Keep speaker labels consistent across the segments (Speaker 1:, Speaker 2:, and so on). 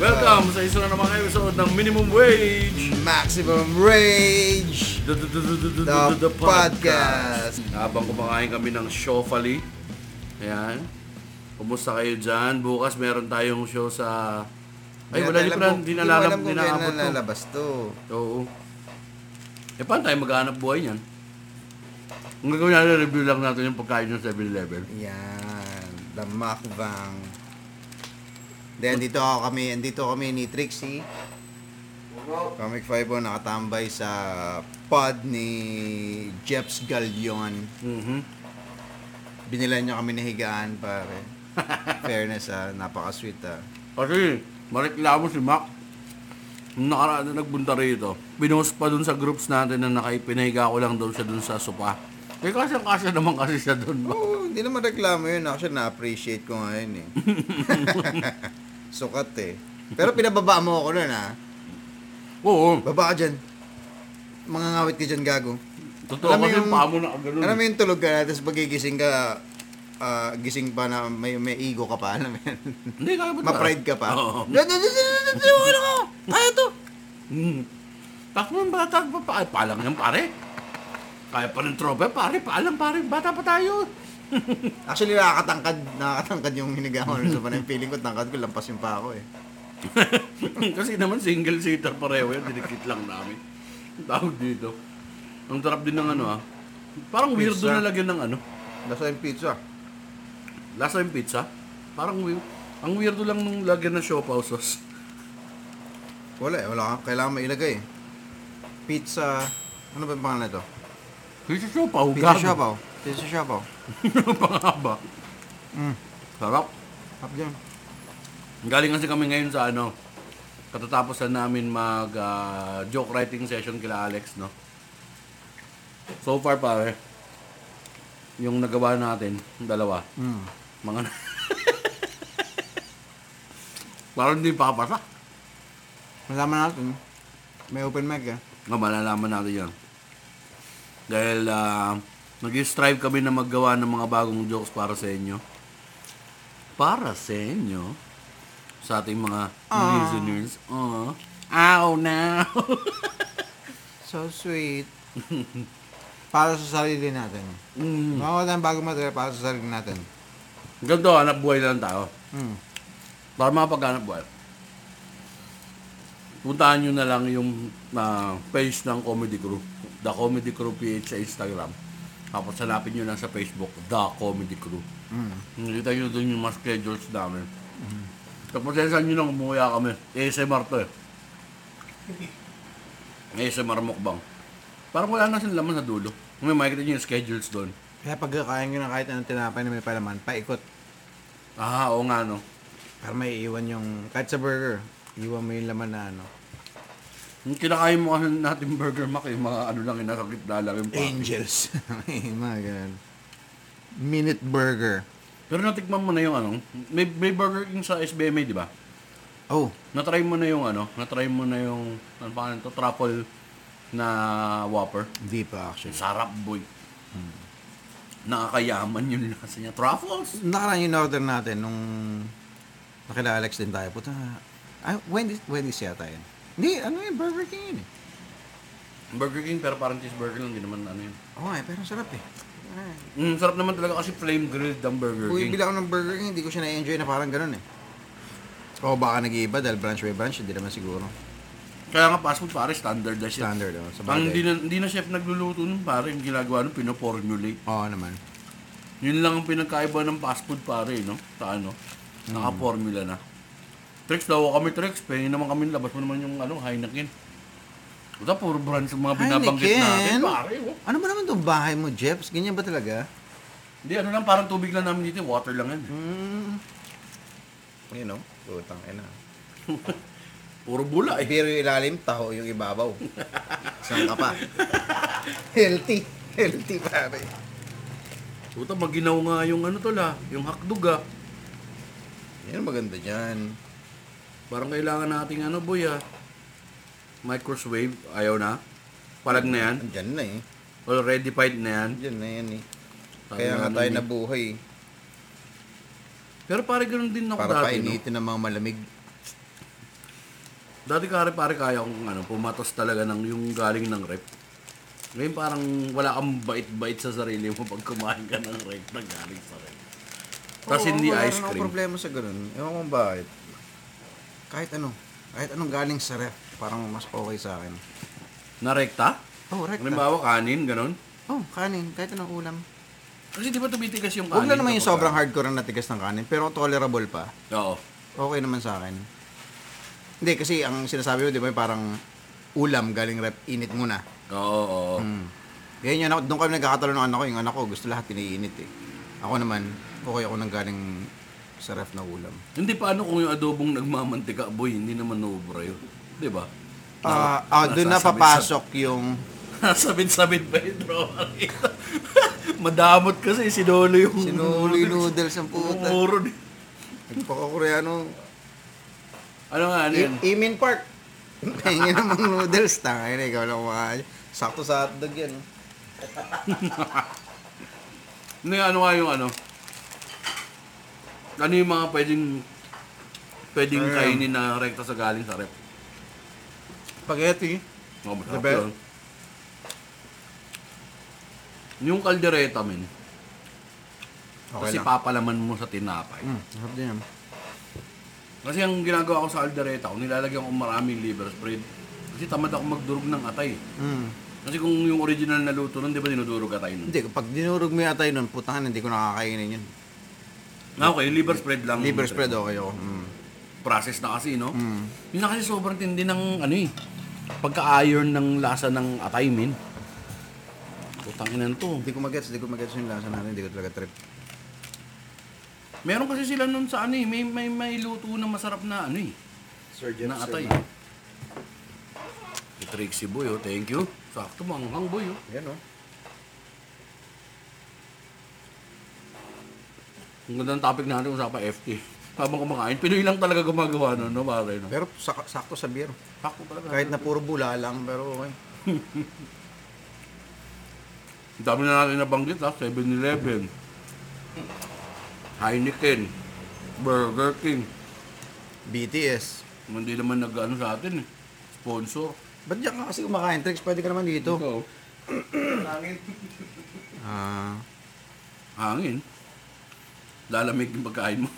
Speaker 1: Welcome sa isa na namang episode ng Minimum Wage,
Speaker 2: Maximum Rage,
Speaker 1: the, the, the, the, the,
Speaker 2: the podcast.
Speaker 1: Habang kumakain kami ng Shofali, ayan, kumusta kayo dyan? Bukas meron tayong show sa... Ay, wala ni Fran, di nalalab, di
Speaker 2: Hindi mo alam kung
Speaker 1: naabot
Speaker 2: kailan
Speaker 1: to.
Speaker 2: nalalabas to.
Speaker 1: Oo. E paano tayo maghanap buhay niyan? Ang gagawin natin, review lang natin yung pagkain ng 7-Eleven.
Speaker 2: Yan, the mukbang. Then dito ako kami, andito kami ni Trixie. Comic Fibo nakatambay sa pod ni Jeps Galion.
Speaker 1: Mhm.
Speaker 2: Binilan niya kami na higaan, pare. Fairness ah, napaka-sweet ah.
Speaker 1: Kasi, mareklamo si Mac. Nung nakaraan na nagbunta rito, pinost pa dun sa groups natin na naka, pinahiga ko lang daw siya dun sa sopa. Kaya kasya-kasya naman kasi siya dun ba?
Speaker 2: Oo, hindi naman reklamo yun. Actually, na-appreciate ko nga yun eh. Sukat eh. Pero pinababa mo ako nun ah.
Speaker 1: Oo,
Speaker 2: Baba ka dyan. Mga ngawit ka dyan, gago.
Speaker 1: totoo
Speaker 2: Alam mo
Speaker 1: kasi
Speaker 2: yung-
Speaker 1: paa mo na ganun.
Speaker 2: Alam mo yung tulog ka na, tapos pagigising ka, ah, gising pa na may, may ego ka pa, alam mo yun.
Speaker 1: Hindi, kaya ba?
Speaker 2: Ma-pride ka pa.
Speaker 1: Oo.
Speaker 2: Ano ka? Kaya to!
Speaker 1: Hmm. Takman bata pa pa. Ay, paalam yan pare. Kaya pa ng tropa, pare. Paalam pare. Bata pa tayo.
Speaker 2: Actually, nakakatangkad, nakakatangkad yung hiniga ko. So, parang feeling ko, tangkad ko, lampas yung pa ako eh.
Speaker 1: Kasi naman single seater pareho yan, dinikit lang namin. Ang Tawag dito. Ang sarap din ng ano ah. Parang weirdo
Speaker 2: Pizza.
Speaker 1: na lagyan ng ano.
Speaker 2: Lasa yung pizza.
Speaker 1: Lasa yung pizza. Parang weird. Ang weirdo lang nung lagyan ng siopaw sauce.
Speaker 2: Wala eh, wala kang kailangan mailagay eh. Pizza, ano ba yung pangalan nito?
Speaker 1: Pizza siopaw,
Speaker 2: Pizza
Speaker 1: gago.
Speaker 2: Shabaw. Pizza Shabaw.
Speaker 1: Ano pa nga ba? Sarap.
Speaker 2: Up dyan.
Speaker 1: Galing kasi kami ngayon sa ano, katatapos na namin mag ah, joke writing session kila Alex, no? So far pare, yung nagawa natin, yung dalawa,
Speaker 2: Mm.
Speaker 1: mga na- Parang hindi papasa.
Speaker 2: Malaman natin. May open mic eh.
Speaker 1: Nga malalaman natin yan. Dahil ah, nag-strive kami na maggawa ng mga bagong jokes para sa inyo. Para sa inyo? Sa ating mga listeners. Ah. Aww. Ow, now!
Speaker 2: So sweet. para sa sarili natin.
Speaker 1: mm.
Speaker 2: Makawa tayong bagong material para sa sarili natin.
Speaker 1: Ganito, hanap buhay na lang tayo.
Speaker 2: Mm.
Speaker 1: Para makapaghanap buhay. Puntahan nyo na lang yung ah, page ng Comedy Crew. The Comedy Crew PH sa Instagram. Tapos hanapin nyo lang sa Facebook, The Comedy Crew.
Speaker 2: Mm.
Speaker 1: Nakita nyo doon yung mga schedules namin. Tapos eh, saan nyo lang umuya kami. ASMR to eh. ASMR mukbang. Parang wala na silang laman sa dulo. May makikita nyo yung schedules doon.
Speaker 2: Kaya pag kakain ko na kahit anong tinapay na may palaman, paikot.
Speaker 1: Ah, oo nga no.
Speaker 2: Para may iwan yung, kahit sa burger, iwan mo yung laman na ano.
Speaker 1: Yung kinakain mo kasi natin Burger Mac, yung mga ano lang, yung nasa gitna lang yung patty.
Speaker 2: Angels. May mga ganun. Minute burger.
Speaker 1: Pero natikman mo na yung ano, may, may Burger King sa SBMA, di ba?
Speaker 2: Oh,
Speaker 1: Natry mo na yung ano, natry mo na yung, ano pa to, truffle na Whopper.
Speaker 2: hindi pa actually.
Speaker 1: Sarap, boy. Nakakayaman yung lasa niya. Truffles?
Speaker 2: nakaraan yung order natin nung nakila Alex din tayo. Puta, ah, Wendy's, Wendy's yata yun. Hindi, ano yun, Burger King yun eh.
Speaker 1: Burger King, pero parang cheeseburger lang. Hindi naman ano yun.
Speaker 2: Oo nga eh, pero sarap eh.
Speaker 1: Mm, sarap naman talaga kasi flame grilled ang Burger
Speaker 2: Kung
Speaker 1: King.
Speaker 2: ibila ako ng Burger King, hindi ko siya na-enjoy na parang ganun eh. O baka nag-iiba dahil branch by branch, hindi naman siguro.
Speaker 1: Kaya nga fast food pare, standardized yan.
Speaker 2: Standard oh, sa
Speaker 1: Ang hindi
Speaker 2: bagay.
Speaker 1: na, hindi na chef nagluluto nun pare, yung ginagawa nun, pinoformulate.
Speaker 2: Oo naman.
Speaker 1: Yun lang ang pinagkaiba ng fast food pare, no? Sa ano, naka-formula na. Tricks daw ako kami, Tricks. Pahingin naman kami, labas mo naman yung ano, Heineken. Puta, puro brands ang mga binabanggit natin,
Speaker 2: Heineken?
Speaker 1: pare. oh.
Speaker 2: Ano ba naman itong bahay mo, Jeps? Ganyan ba talaga?
Speaker 1: Hindi, ano lang, parang tubig lang namin dito, water lang yan. eh.
Speaker 2: Hmm. You know, putang ina.
Speaker 1: Puro bula eh.
Speaker 2: Pero yung ilalim, taho yung ibabaw. Saan ka pa? Healthy. Healthy pare.
Speaker 1: Puta, maginaw nga yung ano to la, yung hakdog ah.
Speaker 2: Yan ang maganda dyan.
Speaker 1: Parang kailangan nating ano boy ah. Microwave, ayaw na. Palag na yan.
Speaker 2: Andyan na eh.
Speaker 1: Already fight na yan.
Speaker 2: Andyan na yan eh.
Speaker 1: Sabi
Speaker 2: Kaya
Speaker 1: nga
Speaker 2: nga
Speaker 1: nung
Speaker 2: tayo
Speaker 1: di-
Speaker 2: nabuhay. eh.
Speaker 1: Pero pare ganun din ako
Speaker 2: Para
Speaker 1: dati no.
Speaker 2: painitin ng mga malamig.
Speaker 1: Dati kare pare kaya kong ano, pumatos talaga ng yung galing ng rep. Ngayon parang wala kang bait-bait sa sarili mo pag kumain ka ng rep na galing sa rep. Tapos
Speaker 2: Oo,
Speaker 1: hindi
Speaker 2: wala
Speaker 1: ice
Speaker 2: rin akong
Speaker 1: cream.
Speaker 2: problema sa ganun. Ewan ko bakit. Kahit ano. Kahit anong galing sa ref, parang mas okay sa akin.
Speaker 1: Na rekta?
Speaker 2: Oh, right.
Speaker 1: Halimbawa kanin, ganun.
Speaker 2: Oh, kanin. Kahit anong ulam.
Speaker 1: Kasi di ba tumitigas yung kanin?
Speaker 2: Huwag na naman yung
Speaker 1: kapag-
Speaker 2: sobrang hardcore na tigas ng kanin, pero tolerable pa.
Speaker 1: Oo.
Speaker 2: Okay naman sa akin. Hindi, kasi ang sinasabi mo, di ba, parang ulam galing rep, init muna.
Speaker 1: Oo, oo.
Speaker 2: Mm. Ganyan yun ako. Doon kami nagkakatalo ng anak ko. Yung anak ko, gusto lahat iniinit eh. Ako naman, okay ako nang galing sa ref na ulam.
Speaker 1: Hindi paano kung yung adobong nagmamantika, boy, hindi naman naubra yun. Di ba?
Speaker 2: Ah, ah, doon na papasok yung...
Speaker 1: Sabit-sabit pa yung drawer rito. Madamot kasi sinolo yung...
Speaker 2: Sinuloy noodles ang puta.
Speaker 1: Umuro ni-
Speaker 2: Nagpaka-koreano.
Speaker 1: Ano nga, ano yun?
Speaker 2: I- Imin Park. Pahingin ng mga noodles. Tangay na, ikaw lang kumakain. Sakto sa hotdog yan. oh.
Speaker 1: Ano nga, ano nga yung ano? Ano yung mga pwedeng... Pwedeng
Speaker 2: Ayan.
Speaker 1: kainin na rekta sa galing sa rep?
Speaker 2: Spaghetti.
Speaker 1: Oh, masarap
Speaker 2: The best.
Speaker 1: yun. Yung kaldereta, men.
Speaker 2: Okay
Speaker 1: kasi
Speaker 2: lang.
Speaker 1: papalaman mo sa tinapay.
Speaker 2: Mm, sarap din yan.
Speaker 1: Kasi ang ginagawa ko sa aldereta, ko, nilalagyan ko maraming liver spread. Kasi tamad ako magdurog ng atay.
Speaker 2: Mm.
Speaker 1: Kasi kung yung original na luto nun, di ba dinudurog atay nun?
Speaker 2: Hindi, pag dinurog mo yata yun, putahan, hindi ko nakakainin yun.
Speaker 1: Ah, Okay, liver spread lang.
Speaker 2: Liver spread, okay ako. Mm.
Speaker 1: Process na kasi, no?
Speaker 2: Mm.
Speaker 1: Yun na kasi sobrang tindi ng, ano eh, pagka-iron ng lasa ng atay, min. Putang ina to.
Speaker 2: Hindi ko magets, hindi ko magets yung lasa natin, hindi ko talaga trip.
Speaker 1: Meron kasi sila nun sa ano eh, may, may, may luto na masarap na ano eh.
Speaker 3: Sir Jeff,
Speaker 1: na
Speaker 3: sir,
Speaker 1: atay.
Speaker 3: ma'am.
Speaker 1: Si Trixie Boy, oh. Thank you. Sakto, manghang boy, oh.
Speaker 2: Yan o.
Speaker 1: Ang ganda ng topic natin, usapan FT. Habang kumakain, Pinoy lang talaga gumagawa nun, no, pare, no?
Speaker 2: Pero sak- sakto sa beer.
Speaker 1: Sakto talaga.
Speaker 2: Kahit na puro bula lang, pero okay.
Speaker 1: Ang dami na natin nabanggit, ha? 7-Eleven. Heineken. Burger King.
Speaker 2: BTS.
Speaker 1: Hindi naman nag-ano sa atin, eh. Sponsor.
Speaker 2: Ba't diyan ka kasi kumakain, Trix? Pwede ka naman dito.
Speaker 1: Ikaw,
Speaker 2: Ah,
Speaker 1: hangin. Lalamig yung pagkain mo.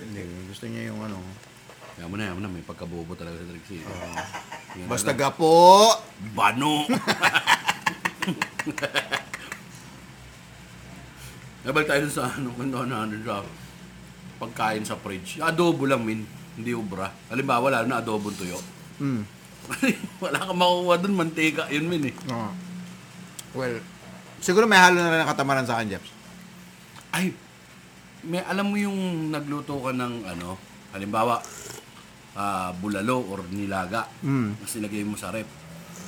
Speaker 2: hindi. Gusto niya yung ano.
Speaker 1: Kaya mo na, kaya mo na. May pagkabobo talaga sa Trixie. Yan na
Speaker 2: Basta
Speaker 1: lang.
Speaker 2: gapo!
Speaker 1: Bano! Nabalik tayo sa ano, kung ano, ano, sa pagkain sa fridge. Adobo lang, min. Hindi obra. Halimbawa, lalo na adobong tuyo.
Speaker 2: Mm.
Speaker 1: Wala kang makukuha dun, mantika. Yun, min, eh.
Speaker 2: Oo. Well, siguro may halo na rin ang katamaran sa akin, Jeps.
Speaker 1: Ay, may alam mo yung nagluto ka ng ano, halimbawa, ah, bulalo or nilaga.
Speaker 2: Mm.
Speaker 1: Tapos nilagay mo sa rep.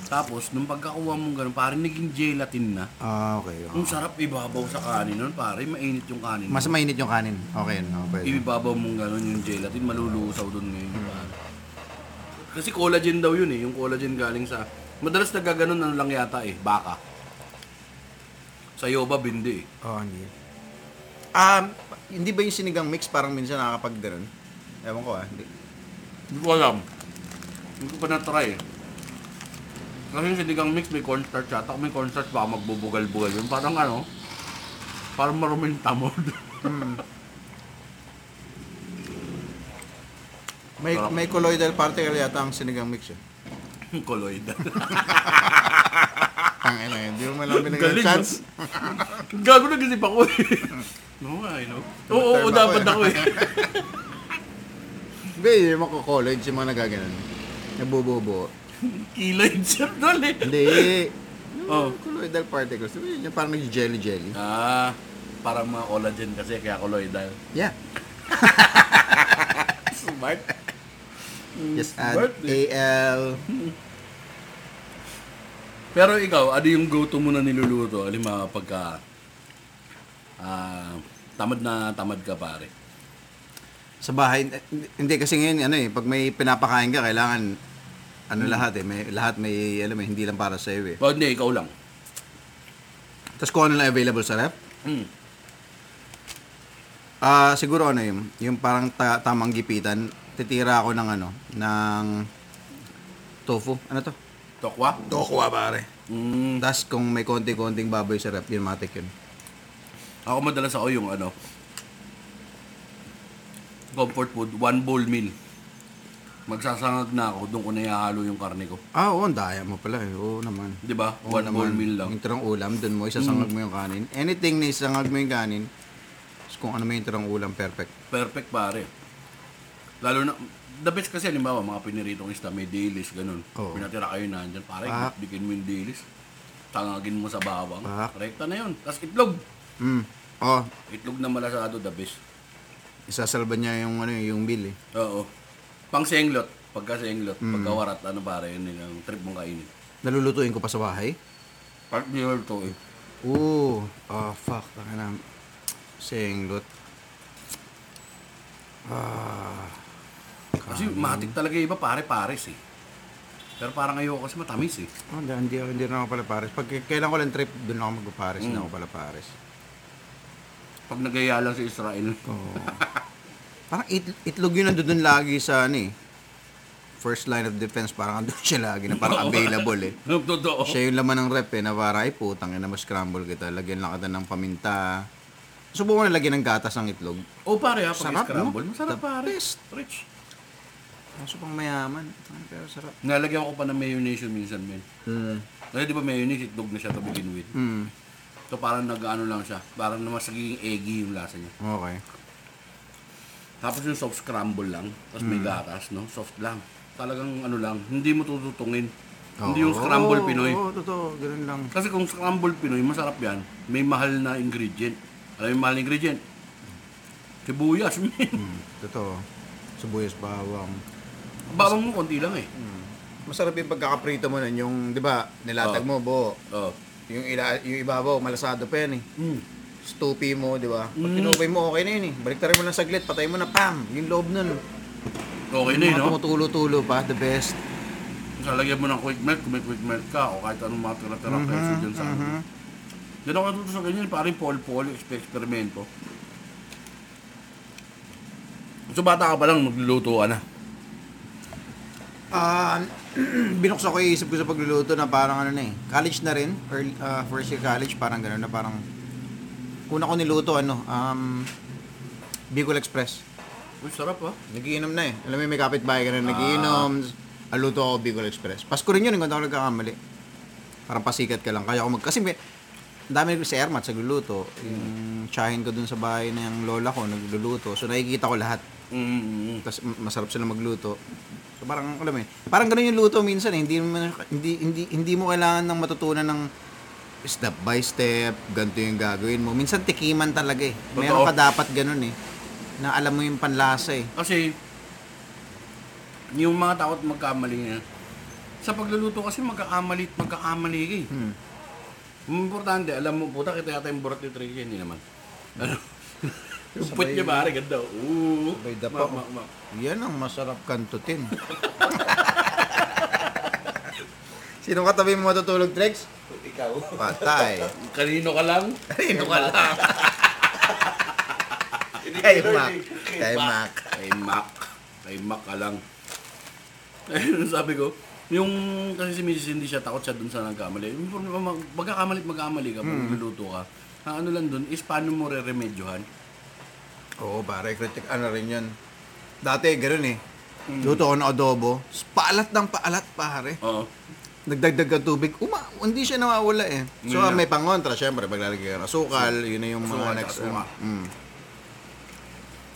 Speaker 1: Tapos, nung pagkakuha mong ganun, parang naging gelatin na.
Speaker 2: Ah, okay. oo.
Speaker 1: Ang sarap ibabaw sa kanin nun, pare. Mainit yung kanin.
Speaker 2: Mas mainit yung kanin. Okay, no, pwede.
Speaker 1: Ibibabaw mong gano'n yung gelatin, malulusaw doon ngayon. pare. Kasi collagen daw yun eh, yung collagen galing sa... Madalas nagaganon ano lang yata eh, baka. Sa Yoba, bindi eh.
Speaker 2: Oo, hindi. Ah, hindi ba yung sinigang mix parang minsan nakakapag ganun? Ewan ko ah. Hindi.
Speaker 1: Hindi ko alam. Hindi ko pa na-try eh. Kasi yung sinigang mix, may cornstarch yata. Kung may cornstarch, baka magbubugal-bugal yun. Parang ano, parang maruming tamod.
Speaker 2: Hmm. May,
Speaker 1: Sarap.
Speaker 2: may colloidal particle yata ang sinigang mix eh.
Speaker 1: Koloid.
Speaker 2: Ang ina, hindi eh. mo man lang binigyan
Speaker 1: Galing,
Speaker 2: ng chance.
Speaker 1: no? Gago na gisip ako eh. no, I know. Oo, oo,
Speaker 2: Tumaterm ako
Speaker 1: dapat
Speaker 2: eh.
Speaker 1: ako eh.
Speaker 2: Hindi, yung mga college, yung mga nagaganan. Nabububo.
Speaker 1: Kilay sir dol eh.
Speaker 2: Hindi.
Speaker 1: Oh.
Speaker 2: Oh. Colloidal particles. Diba yun, yung parang nag-jelly-jelly.
Speaker 1: Ah, parang mga collagen kasi kaya koloidal.
Speaker 2: Yeah.
Speaker 1: Smart.
Speaker 2: Just add
Speaker 1: Smart, eh.
Speaker 2: AL.
Speaker 1: Pero ikaw, ano yung go-to mo na niluluto? Alima pagka ah, tamad na tamad ka pare.
Speaker 2: Sa bahay, eh, hindi kasi ngayon, ano eh, pag may pinapakain ka, kailangan, ano lahat eh, may, lahat may, alam mo, eh, hindi lang para sa'yo eh.
Speaker 1: O hindi, ikaw lang.
Speaker 2: Tapos kung ano lang available sa ref,
Speaker 1: Mm.
Speaker 2: Ah, siguro ano yun, yung parang ta- tamang gipitan, titira ako ng ano, ng Tofu. Ano to?
Speaker 1: Tokwa?
Speaker 2: Tokwa, pare.
Speaker 1: Mm.
Speaker 2: Tapos kung may konti-konting baboy sa rep, yun matik yun.
Speaker 1: Ako madalas ako yung ano, comfort food, one bowl meal. Magsasangag na ako, doon ko na ihahalo yung karne ko.
Speaker 2: Ah, oo, ang daya mo pala. eh. Oo naman.
Speaker 1: Di ba?
Speaker 2: Oo
Speaker 1: one bowl
Speaker 2: naman.
Speaker 1: meal lang. Mm.
Speaker 2: Yung tirang ulam, dun mo, isasangag mo yung kanin. Anything na isasangag mo yung kanin, tapos kung ano mo yung tirang ulam, perfect.
Speaker 1: Perfect pare. Lalo na, the best kasi halimbawa mga piniritong isda, may dilis, ganun.
Speaker 2: Oo.
Speaker 1: Pinatira kayo na andyan, pare,
Speaker 2: Ah.
Speaker 1: dikin mo yung dilis. Tangagin mo sa bawang.
Speaker 2: Ah.
Speaker 1: Rekta na yun. Tapos itlog.
Speaker 2: Mm. Oh,
Speaker 1: Itlog na malasado, the best.
Speaker 2: isasalba niya yung, ano, yung meal eh.
Speaker 1: Oo. Pang senglot. Pagka senglot,
Speaker 2: Mm.
Speaker 1: pagka warat, ano pare, yun yun ang trip mong kainin.
Speaker 2: Nalulutuin ko pa sa bahay.
Speaker 1: Part year to eh.
Speaker 2: Oo. Oh, fuck. Taka na. Senglot. Ah.
Speaker 1: Kasi matik talaga iba pare pares eh. Pero parang ayoko kasi matamis eh.
Speaker 2: Oh, hindi, hindi, hindi na ako pala pares. Pag kailan ko lang trip, doon ako magpapares.
Speaker 1: Mm.
Speaker 2: Hindi ako pala pares.
Speaker 1: Pag nagaya lang sa Israel.
Speaker 2: Oo. parang it, itlog yun nandun lagi sa ano eh. First line of defense, parang andun siya lagi na parang available eh.
Speaker 1: Totoo.
Speaker 2: Siya yung laman ng rep eh, na parang ay putang ina, mas scramble kita. Lagyan lang kita ng paminta. Subukan na lagyan ng gatas ng itlog.
Speaker 1: O pare ha, pag
Speaker 2: Sarap,
Speaker 1: scramble,
Speaker 2: no?
Speaker 1: masarap
Speaker 2: The
Speaker 1: pare.
Speaker 2: best.
Speaker 1: Rich.
Speaker 2: Kaso pang mayaman. Ay, Pero sarap.
Speaker 1: Nalagyan ko pa ng mayonnaise yun minsan men.
Speaker 2: Mm.
Speaker 1: Kasi di ba mayonnaise, itlog na siya to begin with.
Speaker 2: Mm.
Speaker 1: So parang nag-ano lang siya. Parang naman sagiging eggy yung lasa niya.
Speaker 2: Okay.
Speaker 1: Tapos yung soft scramble lang. Tapos may
Speaker 2: Mm.
Speaker 1: gatas, no? Soft lang. Talagang ano lang, hindi mo tututungin. Hindi yung
Speaker 2: Oo,
Speaker 1: scramble Pinoy.
Speaker 2: Oo, totoo. Ganun lang.
Speaker 1: Kasi kung scrambled Pinoy, masarap yan. May mahal na ingredient. Alam mo yung mahal na ingredient? Sibuyas, man.
Speaker 2: Mm, Totoo. Sibuyas bawang.
Speaker 1: Babang mo, konti lang eh.
Speaker 2: Masarap yung pagkakaprito mo nun. Yung, di ba, nilatag mo, buo.
Speaker 1: Oo.
Speaker 2: Yung, ila, yung ibabaw, malasado pa yan eh.
Speaker 1: Mm.
Speaker 2: Stupi mo, di ba?
Speaker 1: Hmm.
Speaker 2: Pag tinupay mo, okay na yun eh. Baliktarin mo lang saglit, patay mo na, pam! Yung loob nun.
Speaker 1: Okay na Ano yun,
Speaker 2: Mga
Speaker 1: no?
Speaker 2: tumutulo-tulo pa, the best.
Speaker 1: Sa lagyan mo ng quick melt, kung may quick melt ka, o kahit anong mga tira-tira peso dyan sa ano. Yan ako natuto sa ganyan, parang pol-pol, eksperimento. So bata ka pa lang, magluluto ka na.
Speaker 2: Ah, binuksan ko yung isip ko sa pagluluto na parang ano na eh. College na rin, or ah, first year college, parang gano'n na parang... Una ko niluto, ano, um, Bicol Express.
Speaker 1: Uy, sarap ah. ha.
Speaker 2: Nagiinom na eh. Alam mo, yung may kapitbahay ka na nagiinom. Aluto ako Bicol Express. Pasko rin yun, hindi ako nagkakamali. Parang pasikat ka lang. Kaya ako mag... Kasi may... ang dami ko sa Ermat, sa gluluto. Yung tsahin ko dun sa bahay ng lola ko, nagluluto. So nakikita ko lahat.
Speaker 1: Mm.
Speaker 2: Tapos m- masarap sila magluto. So parang, alam mo eh, parang ganun yung luto minsan eh. Hindi, mo, hindi, hindi, hindi mo kailangan ng matutunan ng step by step, ganito yung gagawin mo. Minsan tikiman talaga eh. Meron
Speaker 1: Totoo.
Speaker 2: ka dapat ganun eh. Na alam mo yung panlasa eh.
Speaker 1: Kasi, yung mga takot magkamali na, sa pagluluto kasi magkakamali at magkakamali ka eh.
Speaker 2: Hmm.
Speaker 1: Ang Importante, alam mo, puta, kita yata yung burat ni Tricia, hindi naman. Ano? yung put niya, pare, ganda. Oo.
Speaker 2: Sabay dapa,
Speaker 1: Ma-
Speaker 2: oh.
Speaker 1: ma- ma-
Speaker 2: Yan ang masarap kantutin. Sino katabi mo matutulog, Trex?
Speaker 1: Ikaw.
Speaker 2: Patay.
Speaker 1: Kanino ka lang? Kanino ka lang?
Speaker 2: Kay Mac. Kay Mac.
Speaker 1: Kay Mac. Kay Mac ka lang. Ayun, sabi ko, yung kasi si Mrs. hindi siya takot siya dun sa nagkamali. Yung form- mag- Magkakamali, at magkamali ka, pag luluto ka. Ang ano lang dun is paano mo re-remedyohan.
Speaker 2: Oo, pare. Critic ano rin yun. Dati, ganun eh. Luto ko ng adobo. s- Paalat ng paalat, pare.
Speaker 1: Oo.
Speaker 2: Nagdagdag ka tubig. Uma, hindi siya nawawala eh. So,
Speaker 1: Yeah.
Speaker 2: may pangontra, syempre. Paglalagay ka ng Mm. asukal, yun na yung mga
Speaker 1: Asukal,
Speaker 2: next.
Speaker 1: asukal.
Speaker 2: Mm.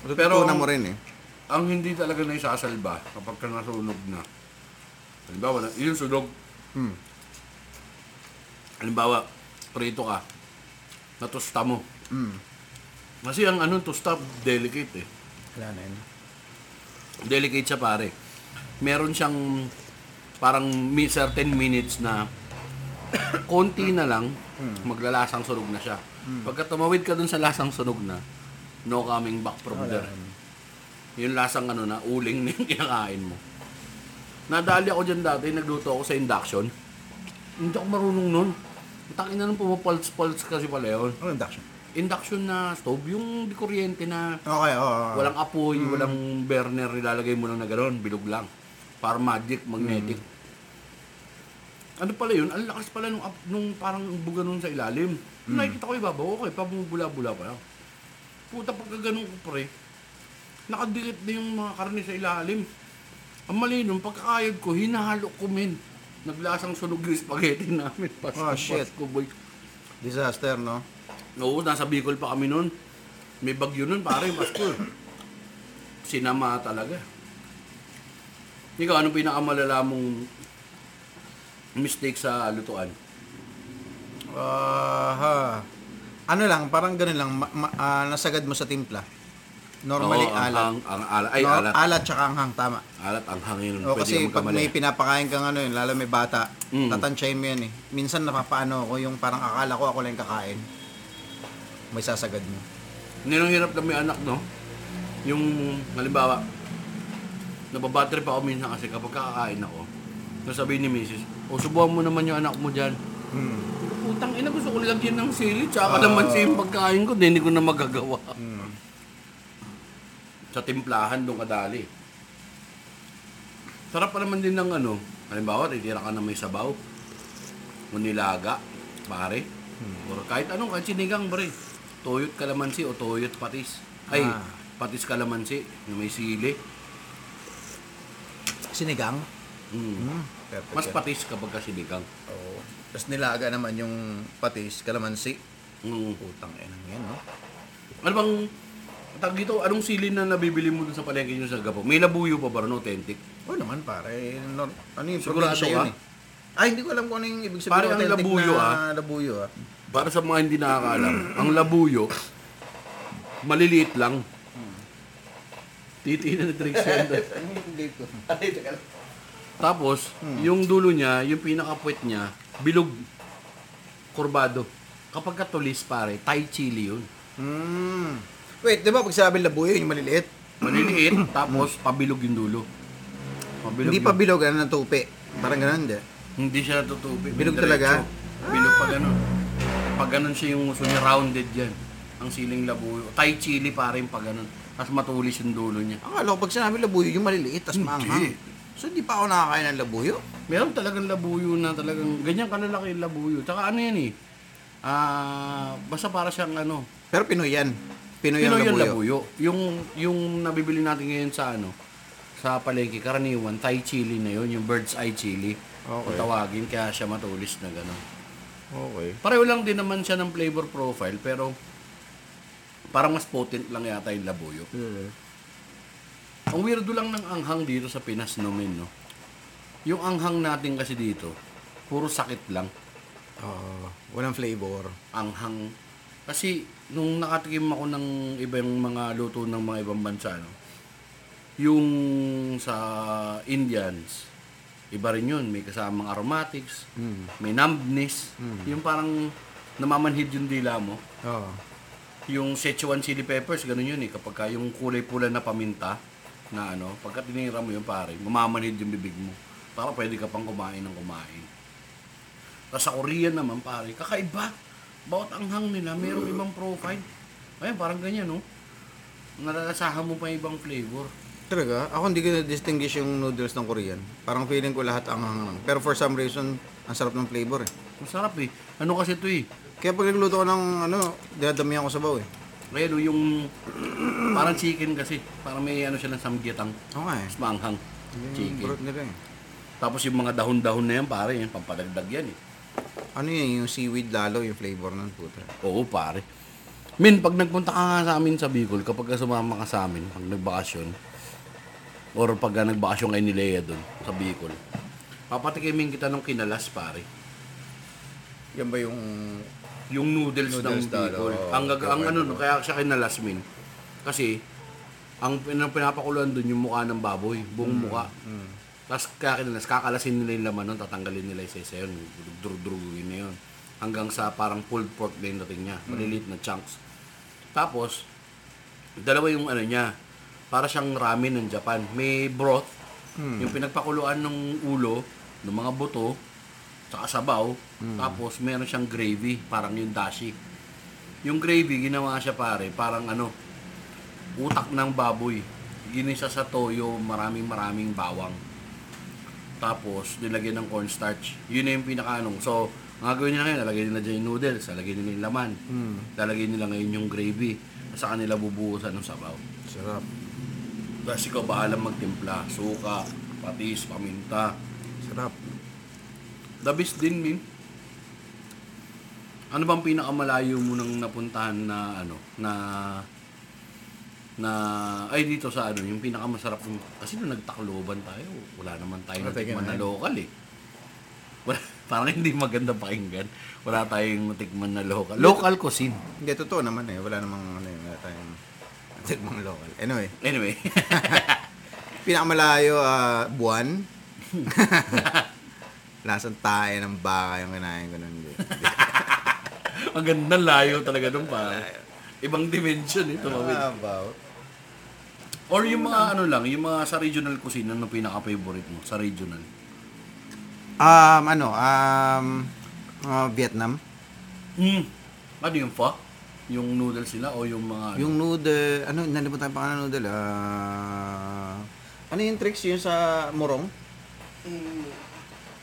Speaker 1: Pero-
Speaker 2: Pero, mo rin eh.
Speaker 1: Ang hindi talaga na isasalba kapag ka nasunog na. Halimbawa, na- yung sunog.
Speaker 2: Hmm.
Speaker 1: Halimbawa, prito ka. Natusta mo.
Speaker 2: Mm.
Speaker 1: Kasi ang anong tusta, delicate eh.
Speaker 2: Wala na yun.
Speaker 1: delicate siya pare. Meron siyang parang mi- certain minutes na konti na lang maglalasang sunog na siya. Pagka tumawid ka dun sa lasang sunog na, no coming back from there. Yung lasang ano na, uling na yung kinakain mo. Nadali ako dyan dati, nagluto ako sa induction. Hindi ako marunong nun. Takin na nung pumapulse-pulse kasi pala yun.
Speaker 2: Ano induction?
Speaker 1: Induction na stove, yung di kuryente na
Speaker 2: Okay, oo. oo, oo.
Speaker 1: Walang
Speaker 2: Hmm.
Speaker 1: apoy, walang burner, ilalagay mo lang na gano'n, bilog lang. Para magic, magnetic.
Speaker 2: Hmm.
Speaker 1: ano pala yun, ang lakas pala nung, up- nung parang buga nun sa ilalim. Nung
Speaker 2: Hmm.
Speaker 1: Nakikita ko ibabaw, okay, pabubula-bula pa lang. Puta, pagka ganun ko pre, nakadilit na yung mga karne sa ilalim. Ang mali nun, pagkakayod ko, hinahalo ko men. Naglasang sunog yung spaghetti namin. Pas,
Speaker 2: Ah, shit.
Speaker 1: Pasko, boy.
Speaker 2: Disaster, no?
Speaker 1: Oo, nasa Bicol pa kami nun. May bagyo nun, pare, Pasko. Sinama talaga. Ikaw, anong pinakamalala mong mistake sa lutuan?
Speaker 2: Aha. ano lang, parang ganun lang, ma- ma- ah, nasagad mo sa timpla. Normally,
Speaker 1: Oo, ang,
Speaker 2: alat.
Speaker 1: Ang, ang, alat. Ay,
Speaker 2: No,
Speaker 1: alat.
Speaker 2: alat tsaka anghang, tama.
Speaker 1: Alat ang hangin.
Speaker 2: O,
Speaker 1: Mm, Pwede
Speaker 2: kasi
Speaker 1: kang
Speaker 2: pag
Speaker 1: magkamali.
Speaker 2: may pinapakain kang ano yun, lalo may bata,
Speaker 1: Mm.
Speaker 2: tatantsayin mo yan eh. Minsan napapaano ako yung parang akala ko ako lang yung kakain. May sasagad mo.
Speaker 1: Hindi nang hirap na may anak, no? Yung, halimbawa, nababattery pa ako minsan kasi kapag kakain ako, nasabihin ni misis, o subuhan mo naman yung anak mo dyan. Mm. Putang ina, gusto ko lagyan ng sili, tsaka naman yung pagkain ko, hindi ko na magagawa.
Speaker 2: Mm.
Speaker 1: Sa timplahan, doon kadali. Sarap pa naman din ng ano, halimbawa, titira ka na may sabaw, o nilaga, pare, or kahit anong, kahit sinigang, pare, toyot kalamansi o toyot patis. Ay,
Speaker 2: Ah.
Speaker 1: patis kalamansi, na may sili.
Speaker 2: Sinigang?
Speaker 1: Mm.
Speaker 2: Mm. Perfect.
Speaker 1: Mas
Speaker 2: yan.
Speaker 1: patis kapag ka sinigang.
Speaker 2: Oo. Tapos nilaga naman yung patis, kalamansi.
Speaker 1: Mm.
Speaker 2: Putang enang yan, no?
Speaker 1: Ano bang, tag dito, anong sili na nabibili mo dun sa palengke nyo sa Gapo? May labuyo pa ba rin, authentic?
Speaker 2: Oo naman, pare. Nor- ano yung
Speaker 1: Sigurado
Speaker 2: probinsya
Speaker 1: ka?
Speaker 2: yun eh? Ay, hindi ko alam kung ano yung ibig sabihin.
Speaker 1: Pare, ang
Speaker 2: authentic
Speaker 1: labuyo,
Speaker 2: na
Speaker 1: ah.
Speaker 2: labuyo, ah.
Speaker 1: Para sa mga hindi nakakaalam, ang labuyo, maliliit lang. Titi na tricks yan. Tapos,
Speaker 2: Hmm.
Speaker 1: yung dulo niya, yung pinakapuwet niya, bilog, kurbado. Kapag katulis pare, Thai chili yun.
Speaker 2: Mm. Wait, di ba pag sinabi labuyo, yung maliliit?
Speaker 1: Maliliit, tapos pabilog yung dulo. Pabilog
Speaker 2: hindi
Speaker 1: yun.
Speaker 2: pa bilog, ano, ng tupi. Parang ganun, di.
Speaker 1: Hindi siya natutupi.
Speaker 2: Bilog
Speaker 1: Diretso.
Speaker 2: talaga? Ah!
Speaker 1: Bilog pa ganun. Pag ganun siya yung gusto niya, rounded yan. Ang siling labuyo. Thai chili pa rin pag ganun. Tapos matulis yung dulo niya.
Speaker 2: Akala ko pag sinabi labuyo, yung maliliit, tas maanghang. So, hindi pa ako nakakain ng labuyo?
Speaker 1: Meron talagang labuyo na talagang, ganyan kalalaki yung labuyo. Tsaka ano yan eh, ah, basta para siyang ano,
Speaker 2: Pero Pinoy yan. Pinoy,
Speaker 1: Pinoy
Speaker 2: ang
Speaker 1: yung
Speaker 2: Ano labuyo.
Speaker 1: labuyo. Yung, yung nabibili natin ngayon sa ano, sa palengke, karaniwan, Thai chili na yun, yung bird's eye chili.
Speaker 2: Okay.
Speaker 1: Kung tawagin, kaya siya matulis na gano'n.
Speaker 2: Okay.
Speaker 1: Pareho lang din naman siya ng flavor profile, pero parang mas potent lang yata yung labuyo. Ang weirdo lang ng anghang dito sa Pinas no men, no? Yung anghang natin kasi dito, puro sakit lang.
Speaker 2: Oo. Ah, walang flavor.
Speaker 1: Anghang. Kasi nung nakatikim ako ng ibang mga luto ng mga ibang bansa, no? Yung sa Indians, iba rin yun. May kasamang aromatics, may numbness. Yung parang namamanhid yung dila mo.
Speaker 2: Oo.
Speaker 1: Yung Sichuan chili peppers, ganun yun eh. Kapag ka yung kulay pula na paminta, na ano, pagka tinira mo yun pare, mamamanid yung bibig mo. Para pwede ka pang kumain ng kumain. Tapos sa Korea naman pare, kakaiba. Bawat anghang nila, mayroong ibang profile. Ayun, parang ganyan no. Nalalasahan mo pa yung ibang flavor.
Speaker 2: Talaga? Ako hindi ko na-distinguish yung noodles ng Korean. Parang feeling ko lahat ang hanggang. Pero for some reason, ang sarap ng flavor eh.
Speaker 1: Masarap eh. Ano kasi ito eh.
Speaker 2: Kaya pag nagluto ko ng ano, dinadamihan ko sa baw eh.
Speaker 1: Kaya no, oh, yung parang chicken kasi. Parang may ano siya ng samgyetang.
Speaker 2: Oo nga eh.
Speaker 1: Mas maanghang.
Speaker 2: Yung
Speaker 1: Chicken.
Speaker 2: broth nila eh.
Speaker 1: Tapos yung mga dahon-dahon na yan pare, yan, pampadagdag yan eh.
Speaker 2: Ano yun, yung seaweed lalo, yung flavor nun, puta.
Speaker 1: Oo, pare. Min, pag nagpunta ka nga sa amin sa Bicol, kapag ka sumama ka sa amin, pag nagbakasyon, or pag ka nagbakasyon kay ni Lea doon, sa Bicol, papatikimin kita ng kinalas, pare.
Speaker 2: Yan ba yung...
Speaker 1: Yung noodles,
Speaker 2: Noodles
Speaker 1: ng
Speaker 2: daw,
Speaker 1: Bicol.
Speaker 2: oo.
Speaker 1: ang, gaga, ang
Speaker 2: Okay,
Speaker 1: ano, no, kaya siya kinalas, Min. Kasi, ang pin- pinapakuluan doon yung mukha ng baboy, buong
Speaker 2: Mm,
Speaker 1: mukha. Tapos kaya kinalas, kakalasin nila yung laman nun, tatanggalin nila yung sese yun, drug-drugin na yun. Hanggang sa parang pulled pork na yung dating niya,
Speaker 2: Mm.
Speaker 1: maliliit na chunks. Tapos, dalawa yung ano niya, para siyang ramen ng Japan. May broth,
Speaker 2: Mm.
Speaker 1: yung pinagpakuluan ng ulo, ng mga buto, tsaka sabaw, tapos meron siyang gravy, parang yung dashi. Yung gravy, ginawa siya pare, parang ano, utak ng baboy. Ginisa sa toyo, maraming maraming bawang. Tapos, nilagyan ng cornstarch. Yun na yung pinakaanong. So, ang gagawin nila ngayon, lalagyan nila dyan yung noodles, lalagyan nila yung laman,
Speaker 2: hmm.
Speaker 1: lalagyan nila ngayon yung gravy, sa kanila bubuhusan ng sabaw.
Speaker 2: Sarap.
Speaker 1: Tapos ikaw bahala magtimpla, suka, patis, paminta.
Speaker 2: Sarap.
Speaker 1: The best din, Min. Ano bang pinakamalayo mo nang napuntahan na ano, na na ay dito sa ano, yung pinakamasarap mo. Kasi nung nagtakloban tayo, wala naman tayo
Speaker 2: Wala tayo
Speaker 1: natikman na
Speaker 2: kinain.
Speaker 1: local eh. Wala, parang hindi maganda pakinggan. Wala tayong natikman na local. Local cuisine.
Speaker 2: Hindi, totoo naman eh. Wala namang ano eh. Wala tayong tikmang local. Anyway,
Speaker 1: Anyway,
Speaker 2: pinakamalayo ah, buwan. Lasang tae ng baka yung kinain ko nun.
Speaker 1: ang ganda layo talaga nung pa. Ibang dimension ito, Mawid.
Speaker 2: Ah. about?
Speaker 1: Or yung mga ano lang, yung mga sa regional cuisine, ano pinaka-favorite mo sa regional?
Speaker 2: Um, ano, um, ah, Vietnam.
Speaker 1: Mm. Ano yung pho? Yung noodles nila o yung mga...
Speaker 2: Yung noodle, ano, nalimutan pa ka ng noodle. Ah, ano yung tricks yun sa morong?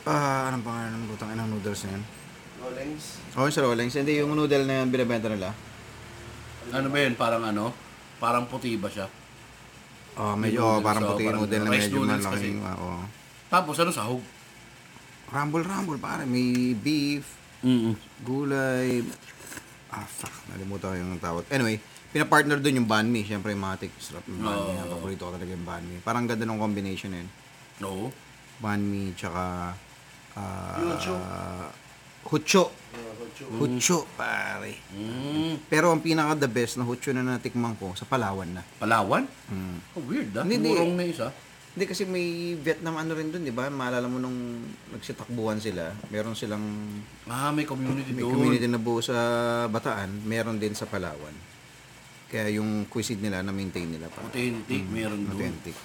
Speaker 2: Ah, anong pangalan ng butang inang noodles na yun?
Speaker 3: Rollings.
Speaker 2: Oh, yung sa Rollings. Hindi, yung noodle na yun, binibenta nila.
Speaker 1: Ano ba yun? Parang ano? Parang puti ba siya?
Speaker 2: Oh, medyo,
Speaker 1: Yung
Speaker 2: oh,
Speaker 1: noodles,
Speaker 2: parang
Speaker 1: oh,
Speaker 2: puti
Speaker 1: parang
Speaker 2: yung noodle na
Speaker 1: rice
Speaker 2: medyo
Speaker 1: noodles
Speaker 2: malaki.
Speaker 1: kasi.
Speaker 2: Oo.
Speaker 1: Tapos ano sahog?
Speaker 2: Rumble, rumble, pare. May beef,
Speaker 1: Mm
Speaker 2: gulay. Ah, fuck. Nalimutan ko yung tawag. Anyway, pinapartner doon yung banh mi. Siyempre, yung matik. Sarap yung banh mi. Ang Paborito ko talaga yung banh mi. Parang ganda ng combination na yun.
Speaker 1: Oo.
Speaker 2: Banh mi, tsaka... ah
Speaker 3: Yucho.
Speaker 2: Hucho.
Speaker 3: Mga kutsu.
Speaker 2: Hucho, pare.
Speaker 1: Mm.
Speaker 2: Pero ang pinaka the best na hucho na natikman ko sa Palawan na. Mm.
Speaker 1: Palawan? Oh, weird ah.
Speaker 2: Hindi, hindi.
Speaker 1: Murong na isa.
Speaker 2: Hindi kasi may Vietnam ano rin doon, 'di ba? Maalala mo nung nagsitakbuhan sila, meron silang
Speaker 1: Ah, may community
Speaker 2: may
Speaker 1: doon.
Speaker 2: community na buo sa Bataan, meron din sa Palawan. Kaya yung cuisine nila na maintain nila pa.
Speaker 1: Authentic, meron doon.
Speaker 2: Authentic.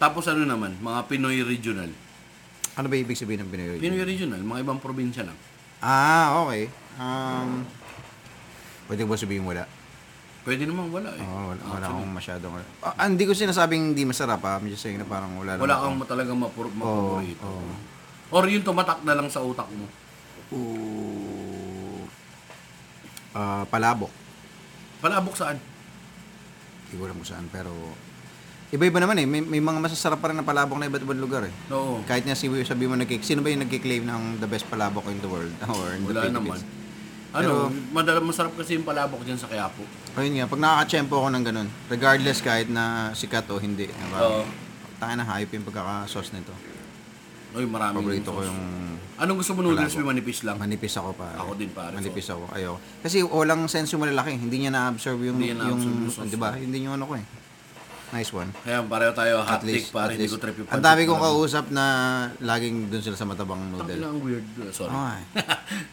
Speaker 1: Tapos ano naman? Mga Pinoy regional.
Speaker 2: Ano ba ibig sabihin ng Pinoy? origin?
Speaker 1: Pinoy regional, mga ibang probinsya lang.
Speaker 2: Ah, okay. Um, pwede ba sabihin wala?
Speaker 1: Pwede namang wala eh.
Speaker 2: Oo, wala, wala
Speaker 1: Actually,
Speaker 2: akong masyadong... Ah, ah, hindi ko sinasabing hindi masarap ha. I'm just saying na parang wala
Speaker 1: Wala
Speaker 2: lang
Speaker 1: kang talaga
Speaker 2: Oh,
Speaker 1: mapur-
Speaker 2: Oo,
Speaker 1: mapaborito.
Speaker 2: oo.
Speaker 1: Or yung tumatak na lang sa utak mo.
Speaker 2: Ooh. Ah, palabok.
Speaker 1: Palabok saan?
Speaker 2: Hindi ko alam kung saan, pero... Iba-iba naman eh. May, may mga masasarap pa rin na palabok na iba't ibang lugar eh.
Speaker 1: Oo.
Speaker 2: Kahit nga si sabi mo, nagki- sino ba yung nagkiklaim ng the best palabok in the world? Or in the
Speaker 1: Wala naman.
Speaker 2: Philippines?
Speaker 1: Ano, madala, masarap kasi yung palabok dyan sa Quiapo.
Speaker 2: Ayun nga, pag nakakachempo ako ng ganun, regardless kahit na sikat o hindi, eh,
Speaker 1: Oo.
Speaker 2: parang, tanga na hype yung pagkaka-sauce nito.
Speaker 1: Ay, marami
Speaker 2: Paborito ko
Speaker 1: sauce.
Speaker 2: yung
Speaker 1: Anong gusto mo noodles? May manipis lang.
Speaker 2: manipis ako pa.
Speaker 1: Ako din, pare.
Speaker 2: Manipis ako, ayaw. Kasi walang sense yung malalaki, hindi niya na-absorb yung,
Speaker 1: Hindi niya
Speaker 2: yung,
Speaker 1: na-absorb yung sauce.
Speaker 2: di ba? Hindi yung ano ko eh. Nice one.
Speaker 1: Kaya pareho tayo hot
Speaker 2: At
Speaker 1: take
Speaker 2: least,
Speaker 1: pare.
Speaker 2: at
Speaker 1: Hindi
Speaker 2: least.
Speaker 1: ko trip yung
Speaker 2: Ang dami kong kausap na laging dun sila sa matabang
Speaker 1: Tangina,
Speaker 2: noodle. Ah.
Speaker 1: ang weird. Uh, Sorry.
Speaker 2: Ay.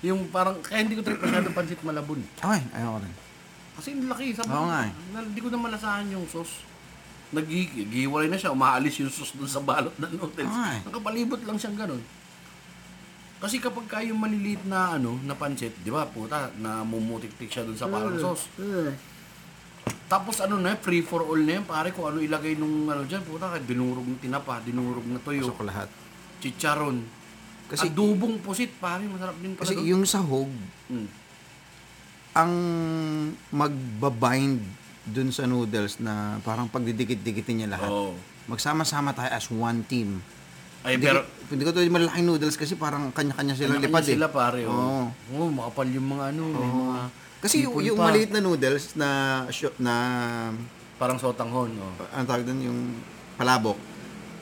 Speaker 1: yung parang, kaya hindi ko trip masyado pansit malabon.
Speaker 2: Okay, ayaw ko rin.
Speaker 1: Kasi ang laki. Sabi,
Speaker 2: Oo
Speaker 1: ko,
Speaker 2: nga eh.
Speaker 1: na- hindi ko na malasahan yung sauce. Naghihiwalay na siya, umaalis yung sauce dun sa balot ng noodles.
Speaker 2: Oo nga eh.
Speaker 1: Nakapalibot lang siyang ganun. Kasi kapag kayo maliliit na ano, na pancit, di ba, puta, na mumutik-tik siya dun sa parang sauce. Tapos ano na, free for all na yan, pare, kung ano ilagay nung ano dyan, puta, kahit dinurog ng tinapa, dinurog na toyo,
Speaker 2: Gusto ko lahat.
Speaker 1: Ano chicharon. Kasi,
Speaker 2: Kasi-
Speaker 1: Adubong pusit, pare, masarap din pala
Speaker 2: Kasi
Speaker 1: doon.
Speaker 2: yung sahog,
Speaker 1: Mm.
Speaker 2: ang magbabind dun sa noodles na parang pagdidikit-dikitin niya lahat.
Speaker 1: Oo.
Speaker 2: Magsama-sama tayo as one team.
Speaker 1: Ay,
Speaker 2: Hindi,
Speaker 1: pero,
Speaker 2: ko- hindi ko to yung malalaking noodles kasi parang kanya-kanya silang
Speaker 1: Kanya-kanya
Speaker 2: lipad eh.
Speaker 1: sila, pare, oh. oo.
Speaker 2: Oo.
Speaker 1: Oo, makapal yung mga ano, may mga...
Speaker 2: Kasi yung,
Speaker 1: Ipon
Speaker 2: yung
Speaker 1: pa.
Speaker 2: maliit na noodles na syo- na
Speaker 1: Parang sotanghon, oh.
Speaker 2: ano tawag doon yung palabok.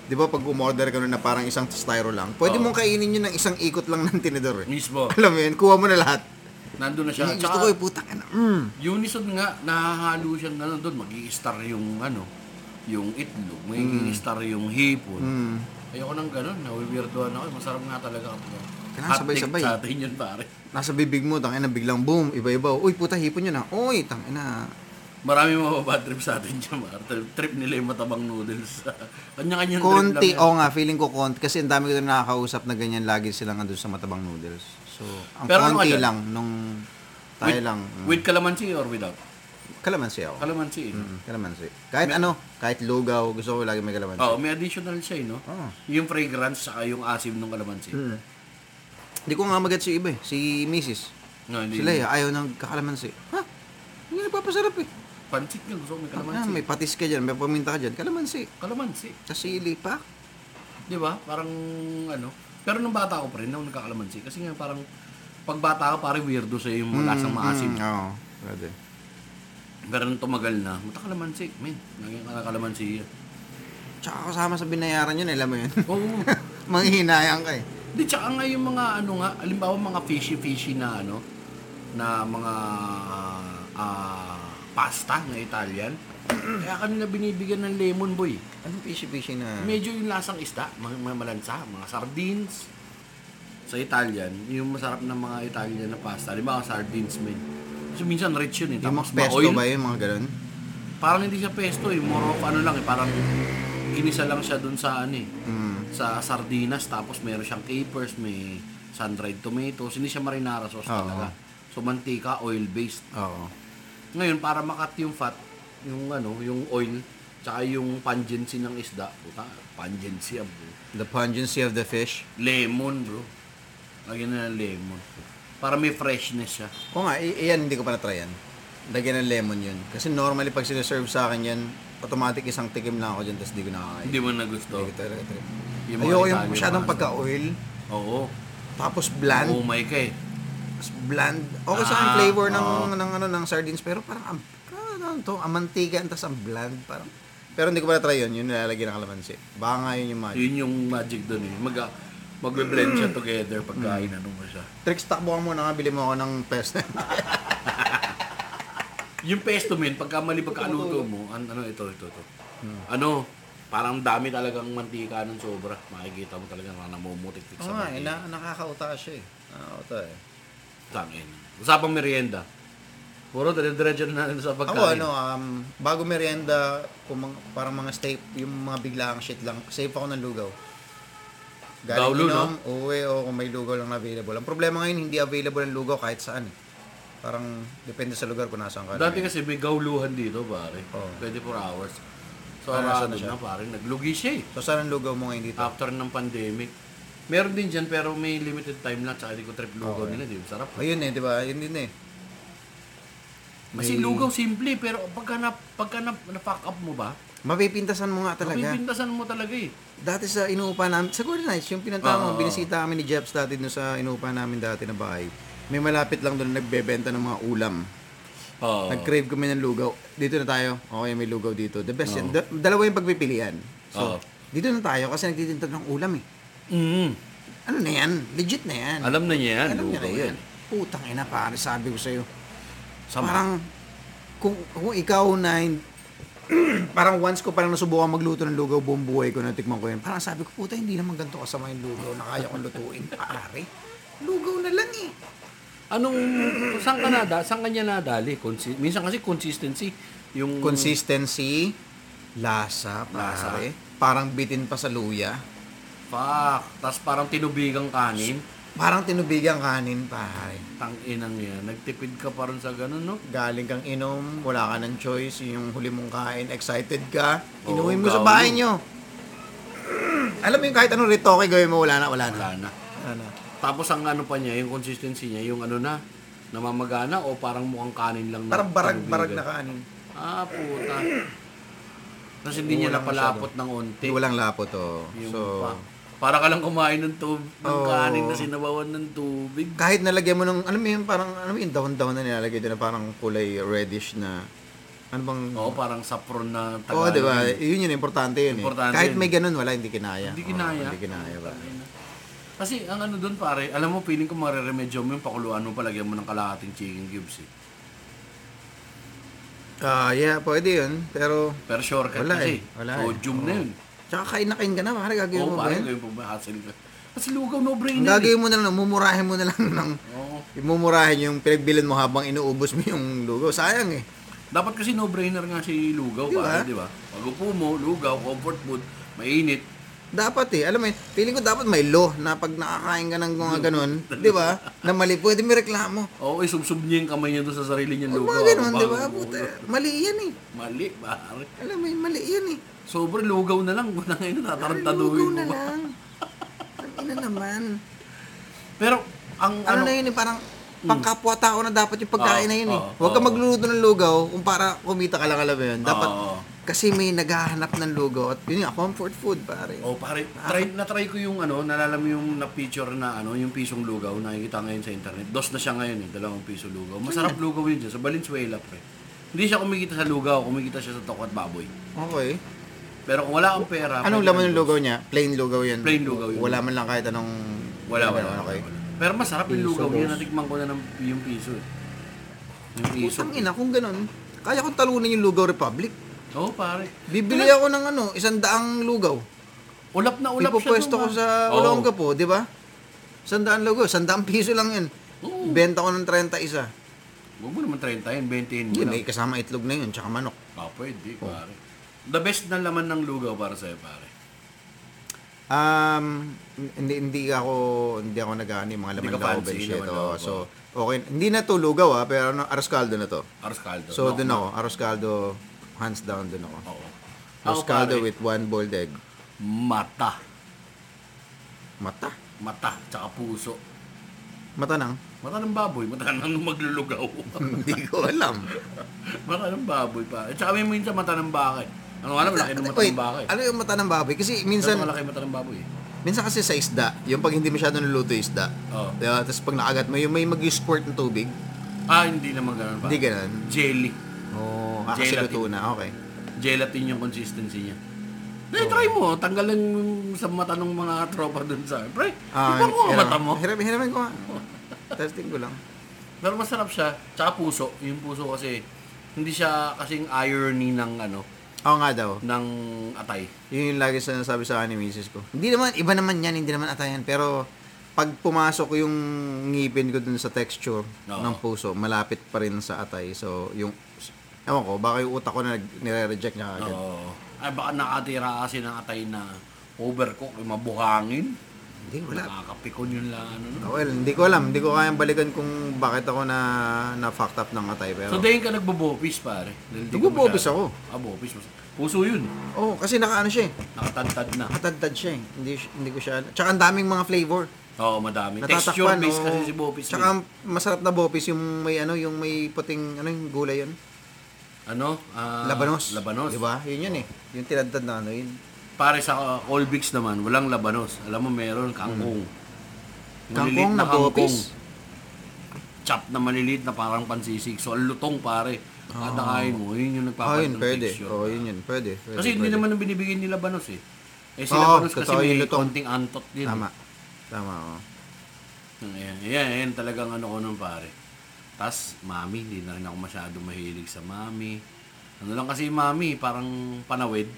Speaker 2: 'Di ba pag umorder ka nun na parang isang styro lang, pwede mong kainin yun ng isang ikot lang ng tinidor eh.
Speaker 1: Mismo.
Speaker 2: Alam mo yun, kuha mo na lahat.
Speaker 1: Nandun na siya.
Speaker 2: Yung gusto
Speaker 1: Tsaka,
Speaker 2: ko yung putang ina. Mm.
Speaker 1: unison nga, nahahalo siyang ganun doon. mag star yung ano, yung itlog.
Speaker 2: Mm.
Speaker 1: Magiging star yung hipon. Ayoko nang ganun. Nawiwirdoan ako. Masarap nga talaga. Hot
Speaker 2: Kailangan
Speaker 1: take
Speaker 2: sabay-sabay.
Speaker 1: Sa atin yun, pare.
Speaker 2: Nasa bibig mo, tang ina biglang boom, iba-iba. Uy, puta hipon yun ah. Uy, tang ina.
Speaker 1: Marami mababad trip sa atin dyan, pare. Trip- Trip nila yung matabang noodles. Kanya-kanya trip lang.
Speaker 2: Konti,
Speaker 1: yan.
Speaker 2: oo nga, feeling ko konti. Kasi ang dami ko na nakakausap na ganyan lagi silang andun sa matabang noodles. So, ang
Speaker 1: Pero ano ka
Speaker 2: konti
Speaker 1: dyan?
Speaker 2: lang nung tayo
Speaker 1: With-
Speaker 2: lang. mm.
Speaker 1: With calamansi or without?
Speaker 2: Kalamansi ako.
Speaker 1: Kalamansi. eh.
Speaker 2: Mm, Kalamansi. Kahit ano, kahit lugaw, gusto ko lagi may kalamansi. Oh.
Speaker 1: Oo, may additional siya, eh, no?
Speaker 2: Oo.
Speaker 1: Yung fragrance saka yung asim ng kalamansi.
Speaker 2: Hmm. Hindi ko nga magets yung iba eh. Si Mrs.
Speaker 1: No, hindi.
Speaker 2: Sila eh, ayaw ng kakalamansi. Ha? Hindi nagpapasarap eh.
Speaker 1: Pansit nga gusto ko may
Speaker 2: Ah,
Speaker 1: kalamansi.
Speaker 2: may patis ka dyan, may paminta ka dyan. Kalamansi.
Speaker 1: Kalamansi.
Speaker 2: Sa sili pa.
Speaker 1: Di ba? Parang ano. Pero nung bata ko pa rin, nung nagkakalamansi. Kasi nga parang pag bata ka, parang weirdo sa yung lasang maasim.
Speaker 2: Mm, Oo, pwede.
Speaker 1: Pero nung tumagal na, matakalamansi. Men, naging kalamansi.
Speaker 2: Tsaka kasama sa binayaran yun, alam mo yun.
Speaker 1: Oo.
Speaker 2: Manghihinayang ka eh.
Speaker 1: Di, tsaka nga yung mga ano nga, alimbawa mga fishy-fishy na ano, na mga ah, pasta na Italian. Kaya kanila binibigyan ng lemon boy.
Speaker 2: Anong fishy-fishy na...
Speaker 1: Medyo yung lasang isda, mga, mga malansa, mga sardines. Sa Italian, yung masarap na mga Italian na pasta, di ba, sardines men. So minsan rich yun eh.
Speaker 2: Yung
Speaker 1: Tapos
Speaker 2: mga pesto
Speaker 1: ma-oil.
Speaker 2: ba yun, mga ganun?
Speaker 1: Parang hindi siya pesto eh. More of ano lang eh. Parang inisa lang siya dun sa ano eh.
Speaker 2: Mm.
Speaker 1: Sa sardinas. Tapos meron siyang capers. May sun-dried tomatoes. Hindi siya marinara sauce
Speaker 2: Oo.
Speaker 1: talaga. So mantika, oil-based.
Speaker 2: Oo.
Speaker 1: Ngayon, para makat yung fat, yung ano, yung oil, tsaka yung pungency ng isda. Puta, pungency ah, bro.
Speaker 2: The pungency of the fish.
Speaker 1: Lemon, bro. Lagyan na ng lemon. Para may freshness siya.
Speaker 2: Oo nga, i- yan hindi ko pa na-try yan. Lagyan ng lemon yun. Kasi normally pag sinaserve sa akin yan, automatic isang tikim lang ako dyan, tapos di ko nakakain.
Speaker 1: Hindi mo na gusto.
Speaker 2: Hindi ko talaga trip.
Speaker 1: Yung mga
Speaker 2: Ayoko yung
Speaker 1: Italian
Speaker 2: masyadong
Speaker 1: pasta.
Speaker 2: pagka-oil,
Speaker 1: Oo.
Speaker 2: tapos bland.
Speaker 1: Oo, may ka eh.
Speaker 2: Mas bland. Okay sa akin
Speaker 1: Ah,
Speaker 2: flavor ng
Speaker 1: oo.
Speaker 2: ng ano ng sardines pero parang ang ano to, ang mantika tas ang bland parang. Pero hindi ko pa na-try yun, yun nilalagay ng kalamansi. Baka nga yun yung magic.
Speaker 1: Yun yung magic dun eh. Mag, magbe-blend siya together pagkain ano mo siya.
Speaker 2: Tricks, takbo ka muna nga, bili mo ako ng pesto.
Speaker 1: Yung pesto men, pagka mali pagkaluto mo, an, ano ito, ito, ito. Ano, parang dami talagang mantika ng sobra. Makikita mo talaga na namumutik-tik sa mantika.
Speaker 2: nakakauta siya eh. Nakakauta eh.
Speaker 1: Tangin. Usapang merienda. Puro dire-diretso na natin sa
Speaker 2: Ako
Speaker 1: pagkain.
Speaker 2: ano, um, bago merienda, kung mga, parang mga stay, yung mga biglaang shit lang, save ako ng lugaw.
Speaker 1: Gaulo, no?
Speaker 2: Uwi o kung may lugaw lang na available. Ang problema ngayon, hindi available ang lugaw kahit saan. eh. Parang depende sa lugar kung nasaan ka.
Speaker 1: Dati kasi may gauluhan dito, pare.
Speaker 2: Oo.
Speaker 1: 24 hours. So,
Speaker 2: Ah,
Speaker 1: arado
Speaker 2: nasaan na
Speaker 1: na,
Speaker 2: siya?
Speaker 1: pare. Naglugi siya eh.
Speaker 2: So, saan ang lugaw mo ngayon dito?
Speaker 1: After ng pandemic. Meron din dyan, pero may limited time lang. Tsaka hindi ko trip lugaw nila. Di ba? Sarap.
Speaker 2: Ayun eh, di ba? Yun din eh.
Speaker 1: Kasi lugaw simple, pero pagka na, pagka na, na-fuck up mo ba,
Speaker 2: Mapipintasan mo nga talaga.
Speaker 1: pipintasan mo talaga eh.
Speaker 2: Dati sa inuupa namin, sa Golden Heights, yung pinunta
Speaker 1: Oo,
Speaker 2: mo,
Speaker 1: oo.
Speaker 2: binisita kami ni Jeps dati doon sa inuupa namin dati na bahay. May malapit lang doon nagbebenta ng mga ulam.
Speaker 1: Oo.
Speaker 2: Nag-crave kami ng lugaw. Dito na tayo. Okay, may lugaw dito. The best yan. Da- dalawa yung pagpipilian. So,
Speaker 1: Oo.
Speaker 2: dito na tayo kasi nagtitinda ng ulam eh.
Speaker 1: Mm.
Speaker 2: Ano na yan? Legit na yan.
Speaker 1: Ano? Alam na niya yan.
Speaker 2: Alam niya
Speaker 1: lugaw
Speaker 2: na yan. Putang ina, pare, sabi ko sa'yo.
Speaker 1: Sama.
Speaker 2: Parang, kung, kung ikaw na, hin- parang once ko parang nasubukan magluto ng lugaw buong buhay ko, natikman ko yun. Parang sabi ko, puta, hindi naman ganito kasama yung lugaw na kaya kong lutuin, pare. Lugaw na lang eh.
Speaker 1: Hmm. Anong, saan ka nada, saan ka niya nadali? Consi- minsan kasi consistency, yung...
Speaker 2: Consistency, lasa,
Speaker 1: Lasa.
Speaker 2: pare. Parang bitin pa sa luya.
Speaker 1: Fuck. Tapos parang tinubigang kanin.
Speaker 2: Parang tinubigang kanin, pare.
Speaker 1: Tanginang yan. Nagtipid ka pa rin sa ganun, no?
Speaker 2: Galing kang inom, wala ka ng choice, yung huli mong kain, excited ka,
Speaker 1: Oo,
Speaker 2: inuwi mo sa
Speaker 1: gawin.
Speaker 2: bahay nyo. Alam mo yung kahit anong retoke gawin mo, wala na, wala na.
Speaker 1: Wala na.
Speaker 2: Wala na.
Speaker 1: Tapos ang ano pa niya, yung consistency niya, yung ano na, namamagana o parang mukhang kanin lang na
Speaker 2: Parang barag-barag na
Speaker 1: tinubigan?
Speaker 2: kanin.
Speaker 1: Ah, puta. Tapos hindi niya
Speaker 2: Walang
Speaker 1: napalapot ng onti.
Speaker 2: Hindi, walang lapo to.
Speaker 1: Yung
Speaker 2: So,
Speaker 1: pa- Para ka lang kumain ng tubig, ng
Speaker 2: Oo.
Speaker 1: kanin na sinabawan ng tubig.
Speaker 2: kahit nalagyan mo ng, alam mo yun, parang, alam mo yung dahon-dahon na nilalagay doon na parang kulay reddish na, ano bang,
Speaker 1: Oo, parang saffron na
Speaker 2: Oo,
Speaker 1: Tagalog.
Speaker 2: di ba? Oh, Yun yun, importante yun. eh.
Speaker 1: Importante
Speaker 2: Kahit
Speaker 1: yun.
Speaker 2: may ganun, wala, hindi kinaya.
Speaker 1: Hindi
Speaker 2: Oo,
Speaker 1: kinaya.
Speaker 2: hindi kinaya ba?
Speaker 1: Kasi ang ano doon pare, alam mo feeling ko mareremedyo mo yung pakuluan mo palagyan mo ng kalahating chicken cubes eh.
Speaker 2: Ah, yeah, pwede yun. Pero,
Speaker 1: Pero shortcut
Speaker 2: Wala
Speaker 1: kasi.
Speaker 2: eh, wala eh.
Speaker 1: Sodium na yun.
Speaker 2: Tsaka kain na kain ka na, pare, gagawin
Speaker 1: Oo,
Speaker 2: mo ba
Speaker 1: pare,
Speaker 2: yun?
Speaker 1: gawin pa ba? Hassle ka. Kasi lugaw no brainer.
Speaker 2: Ang gagawin mo na lang, mumurahin mo na lang ng,
Speaker 1: Oo.
Speaker 2: mumurahin yung pinagbilin mo habang inuubos mo yung lugaw. Sayang eh.
Speaker 1: Dapat kasi no brainer nga si lugaw
Speaker 2: Di ba?
Speaker 1: pare, di ba? Pag upo mo, lugaw, comfort food, mainit.
Speaker 2: Dapat eh. Alam mo yun, feeling ko dapat may law na pag nakakain ka ng mga ganun, di ba? Na mali, pwede may reklamo.
Speaker 1: Oo, isubsob niya yung kamay niya doon sa sarili niya.
Speaker 2: Mga ganun, di ba? Puta, mali yan eh.
Speaker 1: Mali, pare.
Speaker 2: Alam mo yun, mali yan eh.
Speaker 1: Sobrang lugaw na lang. ano, Wala ngayon,
Speaker 2: Lugaw
Speaker 1: natarantaduhin mo
Speaker 2: na
Speaker 1: ba?
Speaker 2: lang. Ang ina naman.
Speaker 1: Pero, ang
Speaker 2: ano,
Speaker 1: ano, Hmm.
Speaker 2: na yun eh, parang pangkapwa tao na dapat yung pagkain
Speaker 1: Oo,
Speaker 2: na yun eh.
Speaker 1: oo,
Speaker 2: Huwag kang
Speaker 1: oo.
Speaker 2: magluluto ng lugaw kung para kumita ka lang alam mo yun. Dapat,
Speaker 1: Oo.
Speaker 2: kasi may naghahanap ng lugaw at yun yung comfort food pare.
Speaker 1: Oh, pare,
Speaker 2: Ah.
Speaker 1: try, na-try ko yung ano, nalala mo yung na-picture na ano, yung pisong lugaw, nakikita ngayon sa internet. Dos na siya ngayon eh, dalawang piso lugaw.
Speaker 2: Hmm.
Speaker 1: Masarap lugaw yun dyan, sa Valenzuela, pre. Hindi siya kumikita sa lugaw, kumikita siya sa toko at baboy.
Speaker 2: Okay.
Speaker 1: Pero kung wala kang pera,
Speaker 2: Ah, Anong
Speaker 1: pwede
Speaker 2: laman
Speaker 1: kang
Speaker 2: yung
Speaker 1: dos.
Speaker 2: lugaw niya? Plain lugaw yan.
Speaker 1: Plain lugaw yun.
Speaker 2: Wala man lang kahit anong...
Speaker 1: Wala, wala,
Speaker 2: Ano,
Speaker 1: wala,
Speaker 2: Okay.
Speaker 1: wala. Pero masarap yung
Speaker 3: Piso,
Speaker 1: lugaw niya,
Speaker 3: dos.
Speaker 1: natikman ko na ng yung piso eh. Yung piso.
Speaker 2: Putang ina, kung ganun, kaya kong talunin yung Lugaw Republic.
Speaker 1: Oo, pare.
Speaker 2: Bibili ako ng ano, isang daang lugaw.
Speaker 1: Ulap na ulap siya.
Speaker 2: Ipopwesto ko
Speaker 1: doon,
Speaker 2: sa
Speaker 1: ah. Oo.
Speaker 2: Olonga po, di ba? Sandaan lugaw, sandaan piso lang yun.
Speaker 1: Oo.
Speaker 2: Benta ko ng 30 isa.
Speaker 1: Huwag mo naman 30 yun, 20 yun.
Speaker 2: Hindi, Oh.
Speaker 1: wala.
Speaker 2: may kasama itlog na yun, tsaka manok.
Speaker 1: Ah, pwede, pare. The best na laman ng lugaw para sa'yo, pare.
Speaker 2: Um, hindi hindi ako hindi ako nag-ano yung mga laman
Speaker 1: Hindi ka
Speaker 2: loob
Speaker 1: fancy,
Speaker 2: and shit.
Speaker 1: laman
Speaker 2: oo.
Speaker 1: loob,
Speaker 2: so, okay. Hindi na to lugaw ah, pero ano, aros caldo na to.
Speaker 1: Aros caldo.
Speaker 2: So,
Speaker 1: No,
Speaker 2: dun
Speaker 1: no.
Speaker 2: ako, aros caldo, hands down dun ako.
Speaker 1: Oo.
Speaker 2: Aros
Speaker 1: Ako,
Speaker 2: caldo
Speaker 1: pare,
Speaker 2: with one boiled egg.
Speaker 1: Mata.
Speaker 2: Mata.
Speaker 1: Mata, tsaka puso.
Speaker 2: Mata nang?
Speaker 1: Mata ng baboy, mata ng maglulugaw.
Speaker 2: hindi ko alam.
Speaker 1: mata ng baboy pa. At saka may minsan mata ng baka. eh. Ano nga na, malaki ng mata
Speaker 2: Wait,
Speaker 1: ng baka. eh.
Speaker 2: ano yung mata ng baboy? Kasi minsan,
Speaker 1: Pero malaki yung mata ng baboy. eh.
Speaker 2: minsan kasi sa isda, yung pag hindi masyado nuluto yung isda,
Speaker 1: Oo.
Speaker 2: di ba? tapos pag nakagat mo, yung may mag-squirt ng tubig,
Speaker 1: Ah, hindi naman ganun pa.
Speaker 2: hindi ganun.
Speaker 1: Jelly.
Speaker 2: Oo, oh, kasi
Speaker 1: Gelatin.
Speaker 2: luto na, okay.
Speaker 1: Gelatin yung consistency niya. Eh, try mo. Tanggalin mo sa mata ng mga tropa dun sa... Pre,
Speaker 2: Ah,
Speaker 1: iba ko ang
Speaker 2: hirap-
Speaker 1: mata mo.
Speaker 2: Hirap, hirapan ko nga. Testing ko lang.
Speaker 1: Pero masarap siya. Tsaka puso. Yung puso kasi, hindi siya kasing irony ng ano,
Speaker 2: Oo nga daw.
Speaker 1: ng atay.
Speaker 2: Yun yung lagi sinasabi sa akin ni misis ko. Hindi naman, iba naman yan, hindi naman atayan. Pero pag pumasok yung ngipin ko dun sa texture
Speaker 1: Oo.
Speaker 2: ng puso, malapit pa rin sa atay. So, yung, ewan ko, baka yung utak ko na nag- nire-reject niya agad.
Speaker 1: Oo. Ay, baka nakatira kasi ng atay na overcook, yung mabuhangin.
Speaker 2: Hindi, wala.
Speaker 1: Nakakapikon yun lang. Ano, no?
Speaker 2: Well, hindi ko alam. Hindi ko kayang balikan kung bakit ako na, na fucked up ng atay. Pero,
Speaker 1: So, dahil ka nagbobopis, pare. Dahil di ka
Speaker 2: Nagbobopis
Speaker 1: masyado- Ah, bopis. Mas- Puso yun.
Speaker 2: oh, kasi nakaano siya eh.
Speaker 1: Nakatantad na.
Speaker 2: Katantad siya eh. Hindi, hindi ko siya alam. Tsaka ang daming mga flavor.
Speaker 1: Oo, madami. Texture
Speaker 2: Natatakpan,
Speaker 1: based
Speaker 2: oo.
Speaker 1: kasi si bopis. eh.
Speaker 2: Tsaka ang masarap na bopis yung may ano, yung may puting ano yung gulay yun.
Speaker 1: ano? Ah,
Speaker 2: labanos.
Speaker 1: Labanos. Oh.
Speaker 2: Di ba? Yun yun eh. Yung tinadtad na ano yun.
Speaker 1: Pare sa uh, Colbix naman, walang labanos. Alam mo, meron kangkong. Maliliit
Speaker 2: Hmm. Kangkong na bopis.
Speaker 1: Chop na maliliit na parang pansisig. So, ang lutong, pare. Kada kain mo, yun yung
Speaker 2: Ah,
Speaker 1: nagpapalit
Speaker 2: yun
Speaker 1: ng
Speaker 2: pwede.
Speaker 1: texture.
Speaker 2: Oo, yun yun. Pwede. pwede
Speaker 1: kasi hindi
Speaker 2: pwede.
Speaker 1: naman ang binibigyan ni labanos eh. Eh, si
Speaker 2: Oo,
Speaker 1: labanos kasi
Speaker 2: totoo, yung
Speaker 1: may
Speaker 2: lutong.
Speaker 1: konting antot din.
Speaker 2: Tama. Tama, oh. oo.
Speaker 1: Ayan, ayan, ayan talagang ano ko nun pare. Tapos, mami, hindi na rin ako masyado mahilig sa mami. Ano lang kasi mami, parang panawid.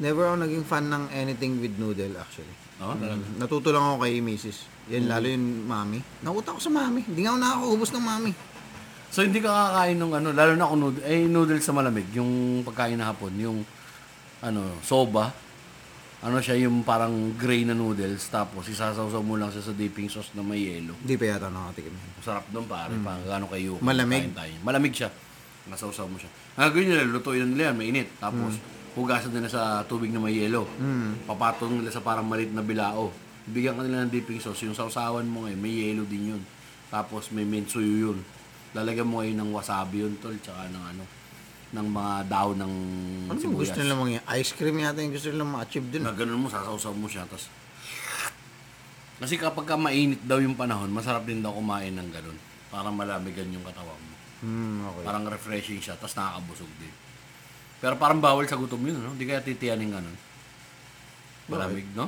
Speaker 2: Never ako naging fan ng anything with noodle actually.
Speaker 1: Oo, Ah, talaga. Mm.
Speaker 2: Mm, Natuto lang ako kay Mrs. Yan, lalo yung mami. Nakuta ko sa mami. Hindi nga ako nakakaubos ng mami.
Speaker 1: So hindi ka kakain ng ano, lalo na kung noodle, eh, noodles sa malamig, yung pagkain na hapon, yung ano, soba. Ano siya yung parang gray na noodles tapos isasawsaw mo lang siya sa dipping sauce na may yelo.
Speaker 2: Hindi pa yata ako nakatikim.
Speaker 1: Sarap doon pare, pag ano kayo.
Speaker 2: Hmm. Malamig.
Speaker 1: kain Tayo. Malamig siya. Nasawsaw mo siya. Ang gawin nila, lutuin na nila yan, mainit. Tapos
Speaker 2: Hmm.
Speaker 1: hugasan nila sa tubig na may yelo. Papatong nila sa parang malit na bilao. Bigyan ka nila ng dipping sauce. Yung sausawan mo ngayon, may yelo din yun. Tapos may mensuyo yun. Lalagyan mo ngayon ng wasabi yun, tol. Tsaka ng ano, ng mga daw ng
Speaker 2: Ano bang
Speaker 1: sibuyas.
Speaker 2: gusto nila mangyayari? Ice cream yata yung gusto nila ma-achieve dun.
Speaker 1: Na ganun mo, sasawsaw mo siya. Tapos, kasi kapag ka mainit daw yung panahon, masarap din daw kumain ng ganun. Para malamigan yung katawan mo.
Speaker 2: Hmm, okay.
Speaker 1: Parang refreshing siya, tapos nakakabusog din. Pero parang bawal sa gutom yun, no? Hindi kaya titiyanin ganun. Malamig, no?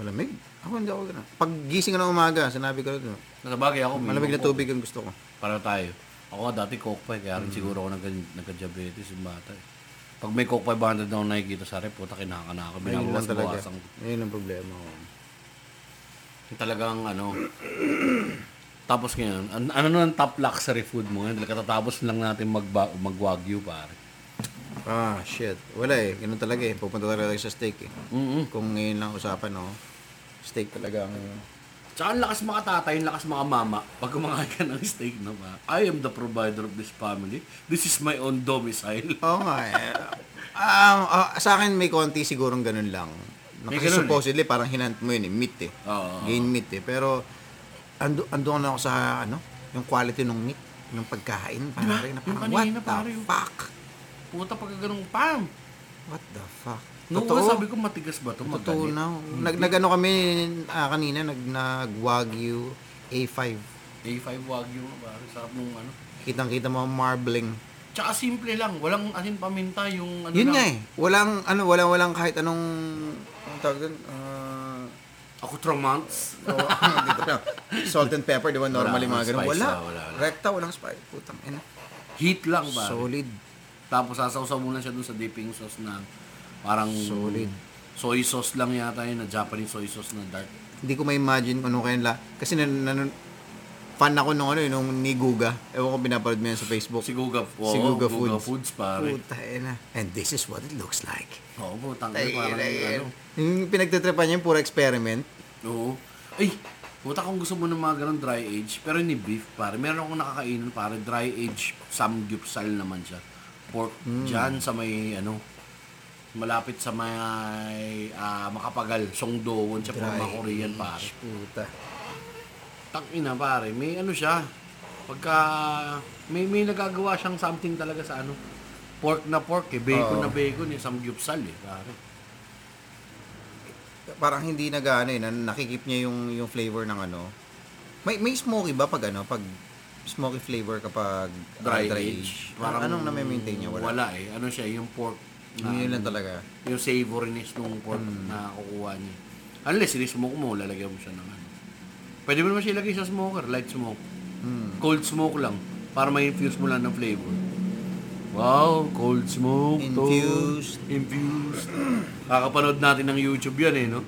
Speaker 2: Malamig? Ako hindi ako ganun. Pag gising ko ng umaga, sinabi ko na
Speaker 1: Nasa bagay ako,
Speaker 2: malamig na
Speaker 1: to.
Speaker 2: tubig ang gusto ko.
Speaker 1: Para tayo. Ako nga dati Coke Pie, kaya rin
Speaker 2: Mm.
Speaker 1: siguro ako nagka- nagka-diabetes yung bata. eh. Pag may Coke Pie 100 na ako nakikita sa rep, puta kinaka na ako.
Speaker 2: Ayun lang talaga.
Speaker 1: Binabawas-bawasan ko.
Speaker 2: Ayun ang problema ko.
Speaker 1: Talagang ano. Tapos ngayon, an- ano na ang top luxury food mo ngayon? Dahil Katatapos lang natin magba- mag-wagyu, pare.
Speaker 2: Ah, shit. Wala eh. Ganun talaga eh. Pupunta talaga tayo sa steak eh.
Speaker 1: Mm-mm.
Speaker 2: Kung ngayon lang usapan, no? Steak talaga ang...
Speaker 1: Tsaka ang lakas mga tatay, ang lakas mga mama. Pag kumakain ka ng steak na ba, I am the provider of this family. This is my own domicile.
Speaker 2: Oo nga eh. Um, ah, sa akin may konti sigurong ganun lang. No,
Speaker 1: May
Speaker 2: Kasi
Speaker 1: ganun eh. Ah,
Speaker 2: supposedly parang hinant mo yun eh. Meat eh.
Speaker 1: Oo.
Speaker 2: Gain meat eh. Pero ando, ando na ako sa ano, yung quality ng meat. Yung pagkain. Parang,
Speaker 1: Diba?
Speaker 2: na
Speaker 1: Yung
Speaker 2: parang what
Speaker 1: kanina,
Speaker 2: the
Speaker 1: pare, yung-
Speaker 2: fuck?
Speaker 1: Puta pag ganun, pam!
Speaker 2: What the fuck?
Speaker 1: Noong
Speaker 2: Totoo.
Speaker 1: una sabi ko matigas ba ito?
Speaker 2: Totoo
Speaker 1: Magalit.
Speaker 2: na. Nag, nagano kami ah, kanina, nag, nag Wagyu A5.
Speaker 1: A5 Wagyu, pare. Sarap nung ano.
Speaker 2: Kitang-kita mo ang marbling.
Speaker 1: Tsaka simple lang, walang asin paminta yung ano
Speaker 2: Yun
Speaker 1: lang.
Speaker 2: nga eh. Walang, ano, walang, walang kahit anong, ang tawag doon, ah,
Speaker 1: Ako tromance.
Speaker 2: oh, dito na. Salt and pepper, di ba normally
Speaker 1: Wala,
Speaker 2: mga ganun?
Speaker 1: spice
Speaker 2: Wala.
Speaker 1: na, wala, wala.
Speaker 2: Recta, walang spice. Putang ina.
Speaker 1: Heat lang ba?
Speaker 2: Solid.
Speaker 1: Tapos sasawsaw muna siya dun sa dipping sauce na parang
Speaker 2: Solid.
Speaker 1: soy sauce lang yata yun, na Japanese soy sauce na dark.
Speaker 2: Hindi ko ma-imagine kung ano kaya nila. Kasi nan, nan, fan ako nung ano, eh, nung ni Guga. Ewan ko, pinapanood mo yan sa Facebook.
Speaker 1: Siguga, oo, Siguga,
Speaker 2: Siguga Foods.
Speaker 1: foods. pare.
Speaker 2: Puta ina. And this is what it looks like.
Speaker 1: Oo, putang
Speaker 2: Ay,
Speaker 1: ina, parang
Speaker 2: ay, ay.
Speaker 1: ano.
Speaker 2: Yung pinagtatrepan niya yung puro experiment.
Speaker 1: Oo. Ay, puta kung gusto mo ng mga ganun dry age, pero ni beef, pare. Meron akong nakakainan, pare. Dry age samgyupsal naman siya. Pork dyan sa may, ano, malapit sa may ah, makapagal, Songdoon, siya
Speaker 2: Dry
Speaker 1: mga Korean, pare.
Speaker 2: Puta.
Speaker 1: Tang ina pare, may ano siya. Pagka may may nagagawa siyang something talaga sa ano. Pork na pork, eh. bacon
Speaker 2: Oo.
Speaker 1: na bacon, eh. samgyupsal eh, pare.
Speaker 2: Parang hindi nag ano eh, na- nakikip niya yung yung flavor ng ano. May may smoky ba pag ano, pag smoky flavor kapag ah,
Speaker 1: Dry, age.
Speaker 2: Parang anong na-maintain niya wala.
Speaker 1: Wala eh. Ano siya, yung pork na
Speaker 2: Yun lang talaga.
Speaker 1: yung savoriness ng pork
Speaker 2: Hmm.
Speaker 1: na kukuha niya. Unless sinismoke mo, lalagyan mo siya ng ano. Pwede mo naman siya ilagay sa smoker, light smoke.
Speaker 2: Hmm.
Speaker 1: Cold smoke lang, para ma-infuse mo lang ng flavor. Wow, cold smoke to.
Speaker 2: Infused.
Speaker 1: Infused. Kakapanood natin ng YouTube yan eh, no?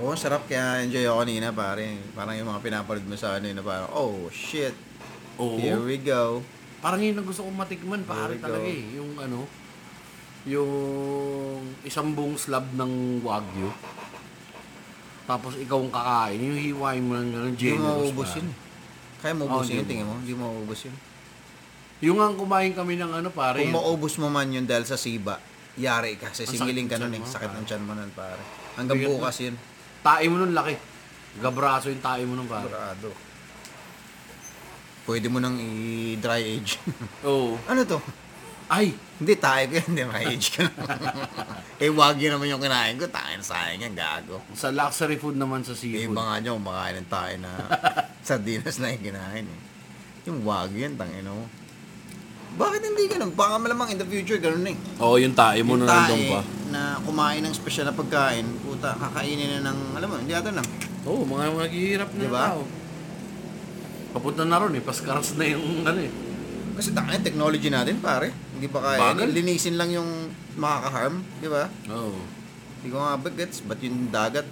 Speaker 2: Oo, sarap kaya enjoy ako kanina pare. Parang yung mga pinapanood mo sa ano eh, na parang oh shit.
Speaker 1: Oo.
Speaker 2: Here we go.
Speaker 1: Parang yun ang gusto kong matikman, pare
Speaker 2: There we
Speaker 1: talaga
Speaker 2: go.
Speaker 1: eh. Yung ano, yung isang buong slab ng Wagyu. Tapos ikaw ang kakain, yung hiwain mo lang ng
Speaker 2: Hindi
Speaker 1: generous.
Speaker 2: mo mauubos
Speaker 1: pare.
Speaker 2: yun. eh. Kaya mo
Speaker 1: Oo,
Speaker 2: ubusin
Speaker 1: hindi
Speaker 2: yun, tingin mo. Oh, Hindi mo mauubos yun.
Speaker 1: Yung ang kumain kami ng ano pare,
Speaker 2: Kung maubos mo man yun dahil sa siba, yari ka.
Speaker 1: Ang
Speaker 2: Kasi singiling ka
Speaker 1: sakit ng tiyan
Speaker 2: nun eh.
Speaker 1: mo,
Speaker 2: Sakit ng tiyan mo nun, pare. Hanggang
Speaker 1: Bigat
Speaker 2: bukas yun.
Speaker 1: tae mo nun laki. Gabraso yung tae mo nun pare.
Speaker 2: Sigurado. Pwede mo nang i-dry age.
Speaker 1: Oo.
Speaker 2: ano to?
Speaker 1: Ay!
Speaker 2: Hindi, tayo ko yan. Hindi, may age ka naman. eh, wag yun naman yung kinain ko. Tayo na sayang yan, gago.
Speaker 1: Sa luxury food naman sa
Speaker 2: Eh,
Speaker 1: seafood.
Speaker 2: iba nga nyo, makain ng tayo na sardinas na yung kinain eh. Yung wag yun, tangin mo. Bakit hindi ganun? Baka malamang in the future, ganun na eh.
Speaker 1: Oo, yung tae mo
Speaker 2: Yung
Speaker 1: nun
Speaker 2: tae
Speaker 1: nandun pa.
Speaker 2: na kumain ng special na pagkain, puta, kakainin na ng, alam mo, hindi ata lang.
Speaker 1: Oo, mga naghihirap na
Speaker 2: Diba?
Speaker 1: tao. Papunta na ron eh, paskaras na yung ano eh.
Speaker 2: Kasi tangin, technology natin, pare. Hindi ba kaya?
Speaker 1: Bagal.
Speaker 2: Linisin lang yung makaka-harm, di ba?
Speaker 1: Oo.
Speaker 2: Hindi ko nga bagets, ba't yung dagat,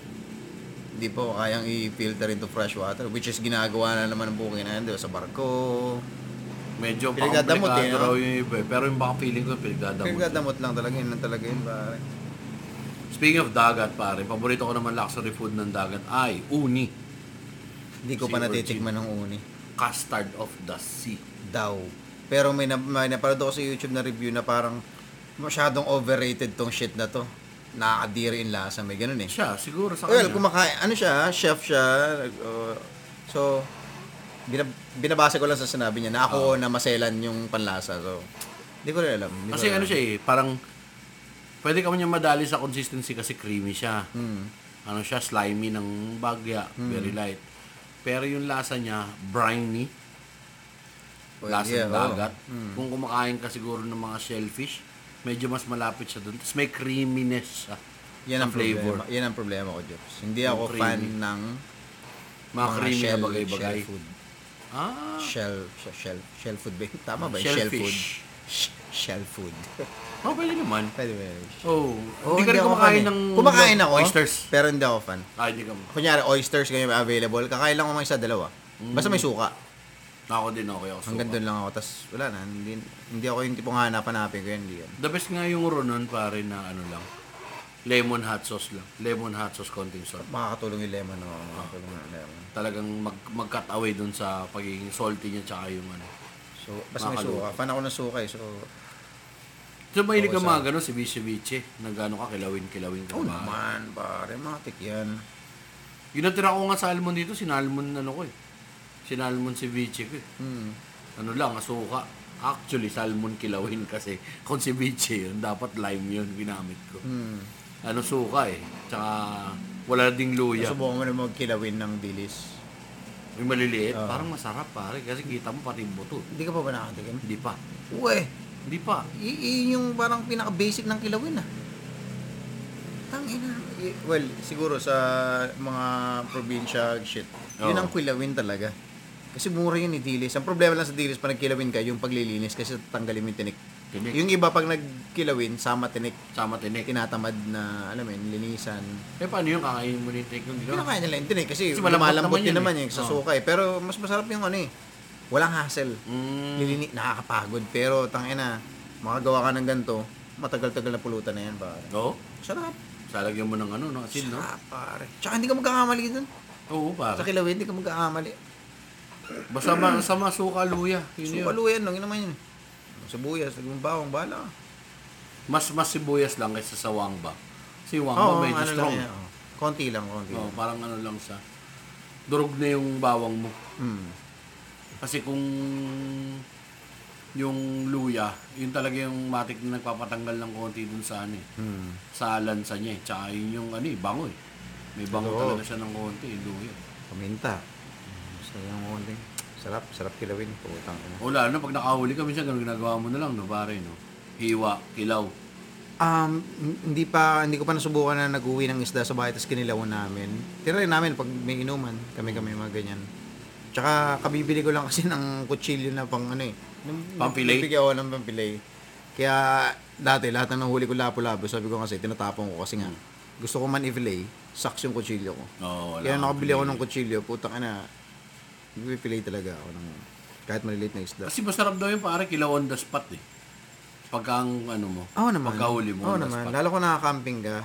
Speaker 2: hindi pa kayang i-filter into fresh water, which is ginagawa na naman ng bukin na yan, di ba? Sa barko.
Speaker 1: Medyo
Speaker 2: Pinagdadamot eh,
Speaker 1: pakamplikado
Speaker 2: no?
Speaker 1: raw yung iba eh. Pero yung baka feeling ko pinagdadamot.
Speaker 2: Kagdamot lang talaga, yun lang talaga yun, pare.
Speaker 1: Speaking of dagat, pare, paborito ko naman luxury food ng dagat ay uni.
Speaker 2: Hindi ko pa
Speaker 1: Sea or
Speaker 2: natitikman ng uni.
Speaker 1: Custard of the sea.
Speaker 2: Daw. Pero may, na, may napanood ako sa YouTube na review na parang masyadong overrated tong shit na to. Nakakadiri in lasa, may ganun eh.
Speaker 1: Siya, siguro sa
Speaker 2: Well,
Speaker 1: kanya.
Speaker 2: kumakain, ano siya, chef siya. nag- uh, so, binab- binabasa ko lang sa sinabi niya na ako na maselan yung panlasa. So, hindi ko rin alam. Hindi ko
Speaker 1: Kasi
Speaker 2: rin
Speaker 1: ano
Speaker 2: alam.
Speaker 1: siya eh, parang pwede ka man niya madali sa consistency kasi creamy siya.
Speaker 2: Hmm.
Speaker 1: Ano siya, slimy ng bagya, very light. Pero yung lasa niya, briny,
Speaker 2: Well,
Speaker 1: lasang
Speaker 2: yeah, oh. Hmm. oo.
Speaker 1: dagat. Kung kumakain ka siguro ng mga shellfish, medyo mas malapit siya doon. Tapos may creaminess siya.
Speaker 2: Yan
Speaker 1: sa
Speaker 2: ang problema. Yan ang problema ko, Jobs. Hindi ako
Speaker 1: creamy.
Speaker 2: fan ng
Speaker 1: Mga creamy
Speaker 2: shell,
Speaker 1: na bagay-bagay.
Speaker 2: shell food.
Speaker 1: Ah,
Speaker 2: Shell, shell, shell, shell food ba? yun? Tama ba? yun? Shell food.
Speaker 1: Shellfish.
Speaker 2: Sh- shell food.
Speaker 1: oh, pwede naman.
Speaker 2: Pwede ba? yun?
Speaker 1: Oh,
Speaker 2: Oo,
Speaker 1: hindi ka rin
Speaker 2: ako
Speaker 1: kumakain
Speaker 2: fan eh.
Speaker 1: ng ano,
Speaker 2: Kumakain ako.
Speaker 1: oysters.
Speaker 2: Pero hindi ako fan.
Speaker 1: Ah, hindi ka mo.
Speaker 2: Kunyari, oysters ganyan available. Kakain lang ako mga isa, dalawa. Basta may suka.
Speaker 1: Ako din okay ako.
Speaker 2: Hanggang doon lang ako. Tapos wala na. Hindi, hindi ako yung tipong hanap-hanapin ko yan. Hindi yan.
Speaker 1: The best nga yung ro nun, pare, na ano lang. Lemon hot sauce lang. Lemon hot sauce, konting salt.
Speaker 2: Makakatulong yung lemon. Oh, makakatulong yung lemon.
Speaker 1: Talagang mag, mag-cut away dun sa pagiging salty niya tsaka yung ano.
Speaker 2: So, basta may
Speaker 1: Makakaluto.
Speaker 2: suka. Fan ako ng suka eh. So,
Speaker 1: So, mahilig ka
Speaker 2: Oo,
Speaker 1: mga gano'n, si Biche Biche. Nagano ka, kilawin-kilawin ka.
Speaker 2: oh
Speaker 1: ba?
Speaker 2: naman, pare. Matik yan.
Speaker 1: Yung natira ko nga sa Almond dito, sinalmon ano ko eh. Sinalmon si Biche ko eh.
Speaker 2: Hmm.
Speaker 1: Ano lang, asuka. Actually, salmon kilawin kasi. Kung si Biche yun, dapat lime yun, ginamit ko.
Speaker 2: Hmm.
Speaker 1: Ano, suka eh. Tsaka, wala ding luya.
Speaker 2: Subukan mo na magkilawin ng dilis.
Speaker 1: Yung maliliit,
Speaker 2: Ah.
Speaker 1: parang masarap pare. Kasi kita mo pati yung buto.
Speaker 2: Hindi ka pa ba nakatikim?
Speaker 1: Hindi pa.
Speaker 2: Uwe!
Speaker 1: Hindi pa.
Speaker 2: Y- yun yung parang pinaka-basic ng kilawin ah. Tangina. Y- Well, siguro sa mga provincial shit, yun
Speaker 1: Oo.
Speaker 2: ang kilawin talaga. Kasi mura yun ni Dilis. Ang problema lang sa Dilis pag nagkilawin ka, yung paglilinis kasi tatanggalin mo yung tinik.
Speaker 1: Tinik.
Speaker 2: Yung iba pag nagkilawin, sama tinik.
Speaker 1: Sama tinik.
Speaker 2: Tinatamad na, alam mo yun, linisan.
Speaker 1: Eh paano yun? Kakainin mo na yung tinik yung
Speaker 2: Pero
Speaker 1: ginawa.
Speaker 2: kaya nila yung tinik kasi,
Speaker 1: Kasi malambot
Speaker 2: lumalambot
Speaker 1: naman
Speaker 2: din
Speaker 1: yun
Speaker 2: naman
Speaker 1: eh.
Speaker 2: yung sa
Speaker 1: Oo.
Speaker 2: suka eh. Pero mas masarap yung ano eh. Walang hassle.
Speaker 1: Mm,
Speaker 2: Nilini, nakakapagod. Pero, tangina, makagawa ka ng ganito, matagal-tagal na pulutan na yan, pare.
Speaker 1: Oo.
Speaker 2: Sarap.
Speaker 1: Salagyan mo ng ano, no? Asin, no? Ah.
Speaker 2: Sarap, pare. Tsaka hindi ka magkakamali dun.
Speaker 1: Oo,
Speaker 2: Sa
Speaker 1: pare.
Speaker 2: kilawin, hindi ka magkakamali.
Speaker 1: Basta ma- sama suka luya. Yun yun.
Speaker 2: Sukaluyan, nung naman yun. Sibuyas, nagmumbawang, bala.
Speaker 1: Mas mas sibuyas lang kaysa sa wangba. Si wangba
Speaker 2: Oo,
Speaker 1: medyo
Speaker 2: ano
Speaker 1: strong.
Speaker 2: lang yan. oh. Konti lang, konti
Speaker 1: Oo,
Speaker 2: lang.
Speaker 1: parang ano lang sa durog na yung bawang mo.
Speaker 2: Mm.
Speaker 1: Kasi kung yung luya, yun talaga yung matik na nagpapatanggal ng konti dun sa ano eh.
Speaker 2: Mm.
Speaker 1: sa lansa niya eh. Tsaka yun yung ano eh, bango eh. May bango
Speaker 2: Totoo.
Speaker 1: talaga siya ng konti, eh, luya.
Speaker 2: Paminta. Gusto yung konting. Sarap, sarap kilawin. Putang ina.
Speaker 1: O lalo na pag nakahuli ka, minsan ganun ginagawa mo na lang, no, pare, no? Hiwa, kilaw.
Speaker 2: Um, n- hindi pa hindi ko pa nasubukan na nag-uwi ng isda sa bahay tapos kinilawan namin. Tira rin namin pag may inuman, kami-kami mga ganyan. Tsaka kabibili ko lang kasi ng kutsilyo na pang ano eh. Nung-
Speaker 1: Pampilay?
Speaker 2: Bibigyan ako ng pampilay. Kaya dati lahat ng nahuli ko lapo-labo, sabi ko kasi tinatapon ko kasi nga gusto ko man i-fillet, saks yung kutsilyo ko.
Speaker 1: Oo, wala.
Speaker 2: Kaya
Speaker 1: akong
Speaker 2: nakabili ako
Speaker 1: pinili.
Speaker 2: ng kutsilyo, putang ina. Nagpipilay talaga ako ng kahit maliliit na isda.
Speaker 1: Kasi masarap daw yung pare, kilaw on the spot eh. Pagka ang ano mo,
Speaker 2: Oo naman.
Speaker 1: pagkahuli mo
Speaker 2: Oo
Speaker 1: on the
Speaker 2: naman.
Speaker 1: spot.
Speaker 2: Lalo ko nakakamping ka.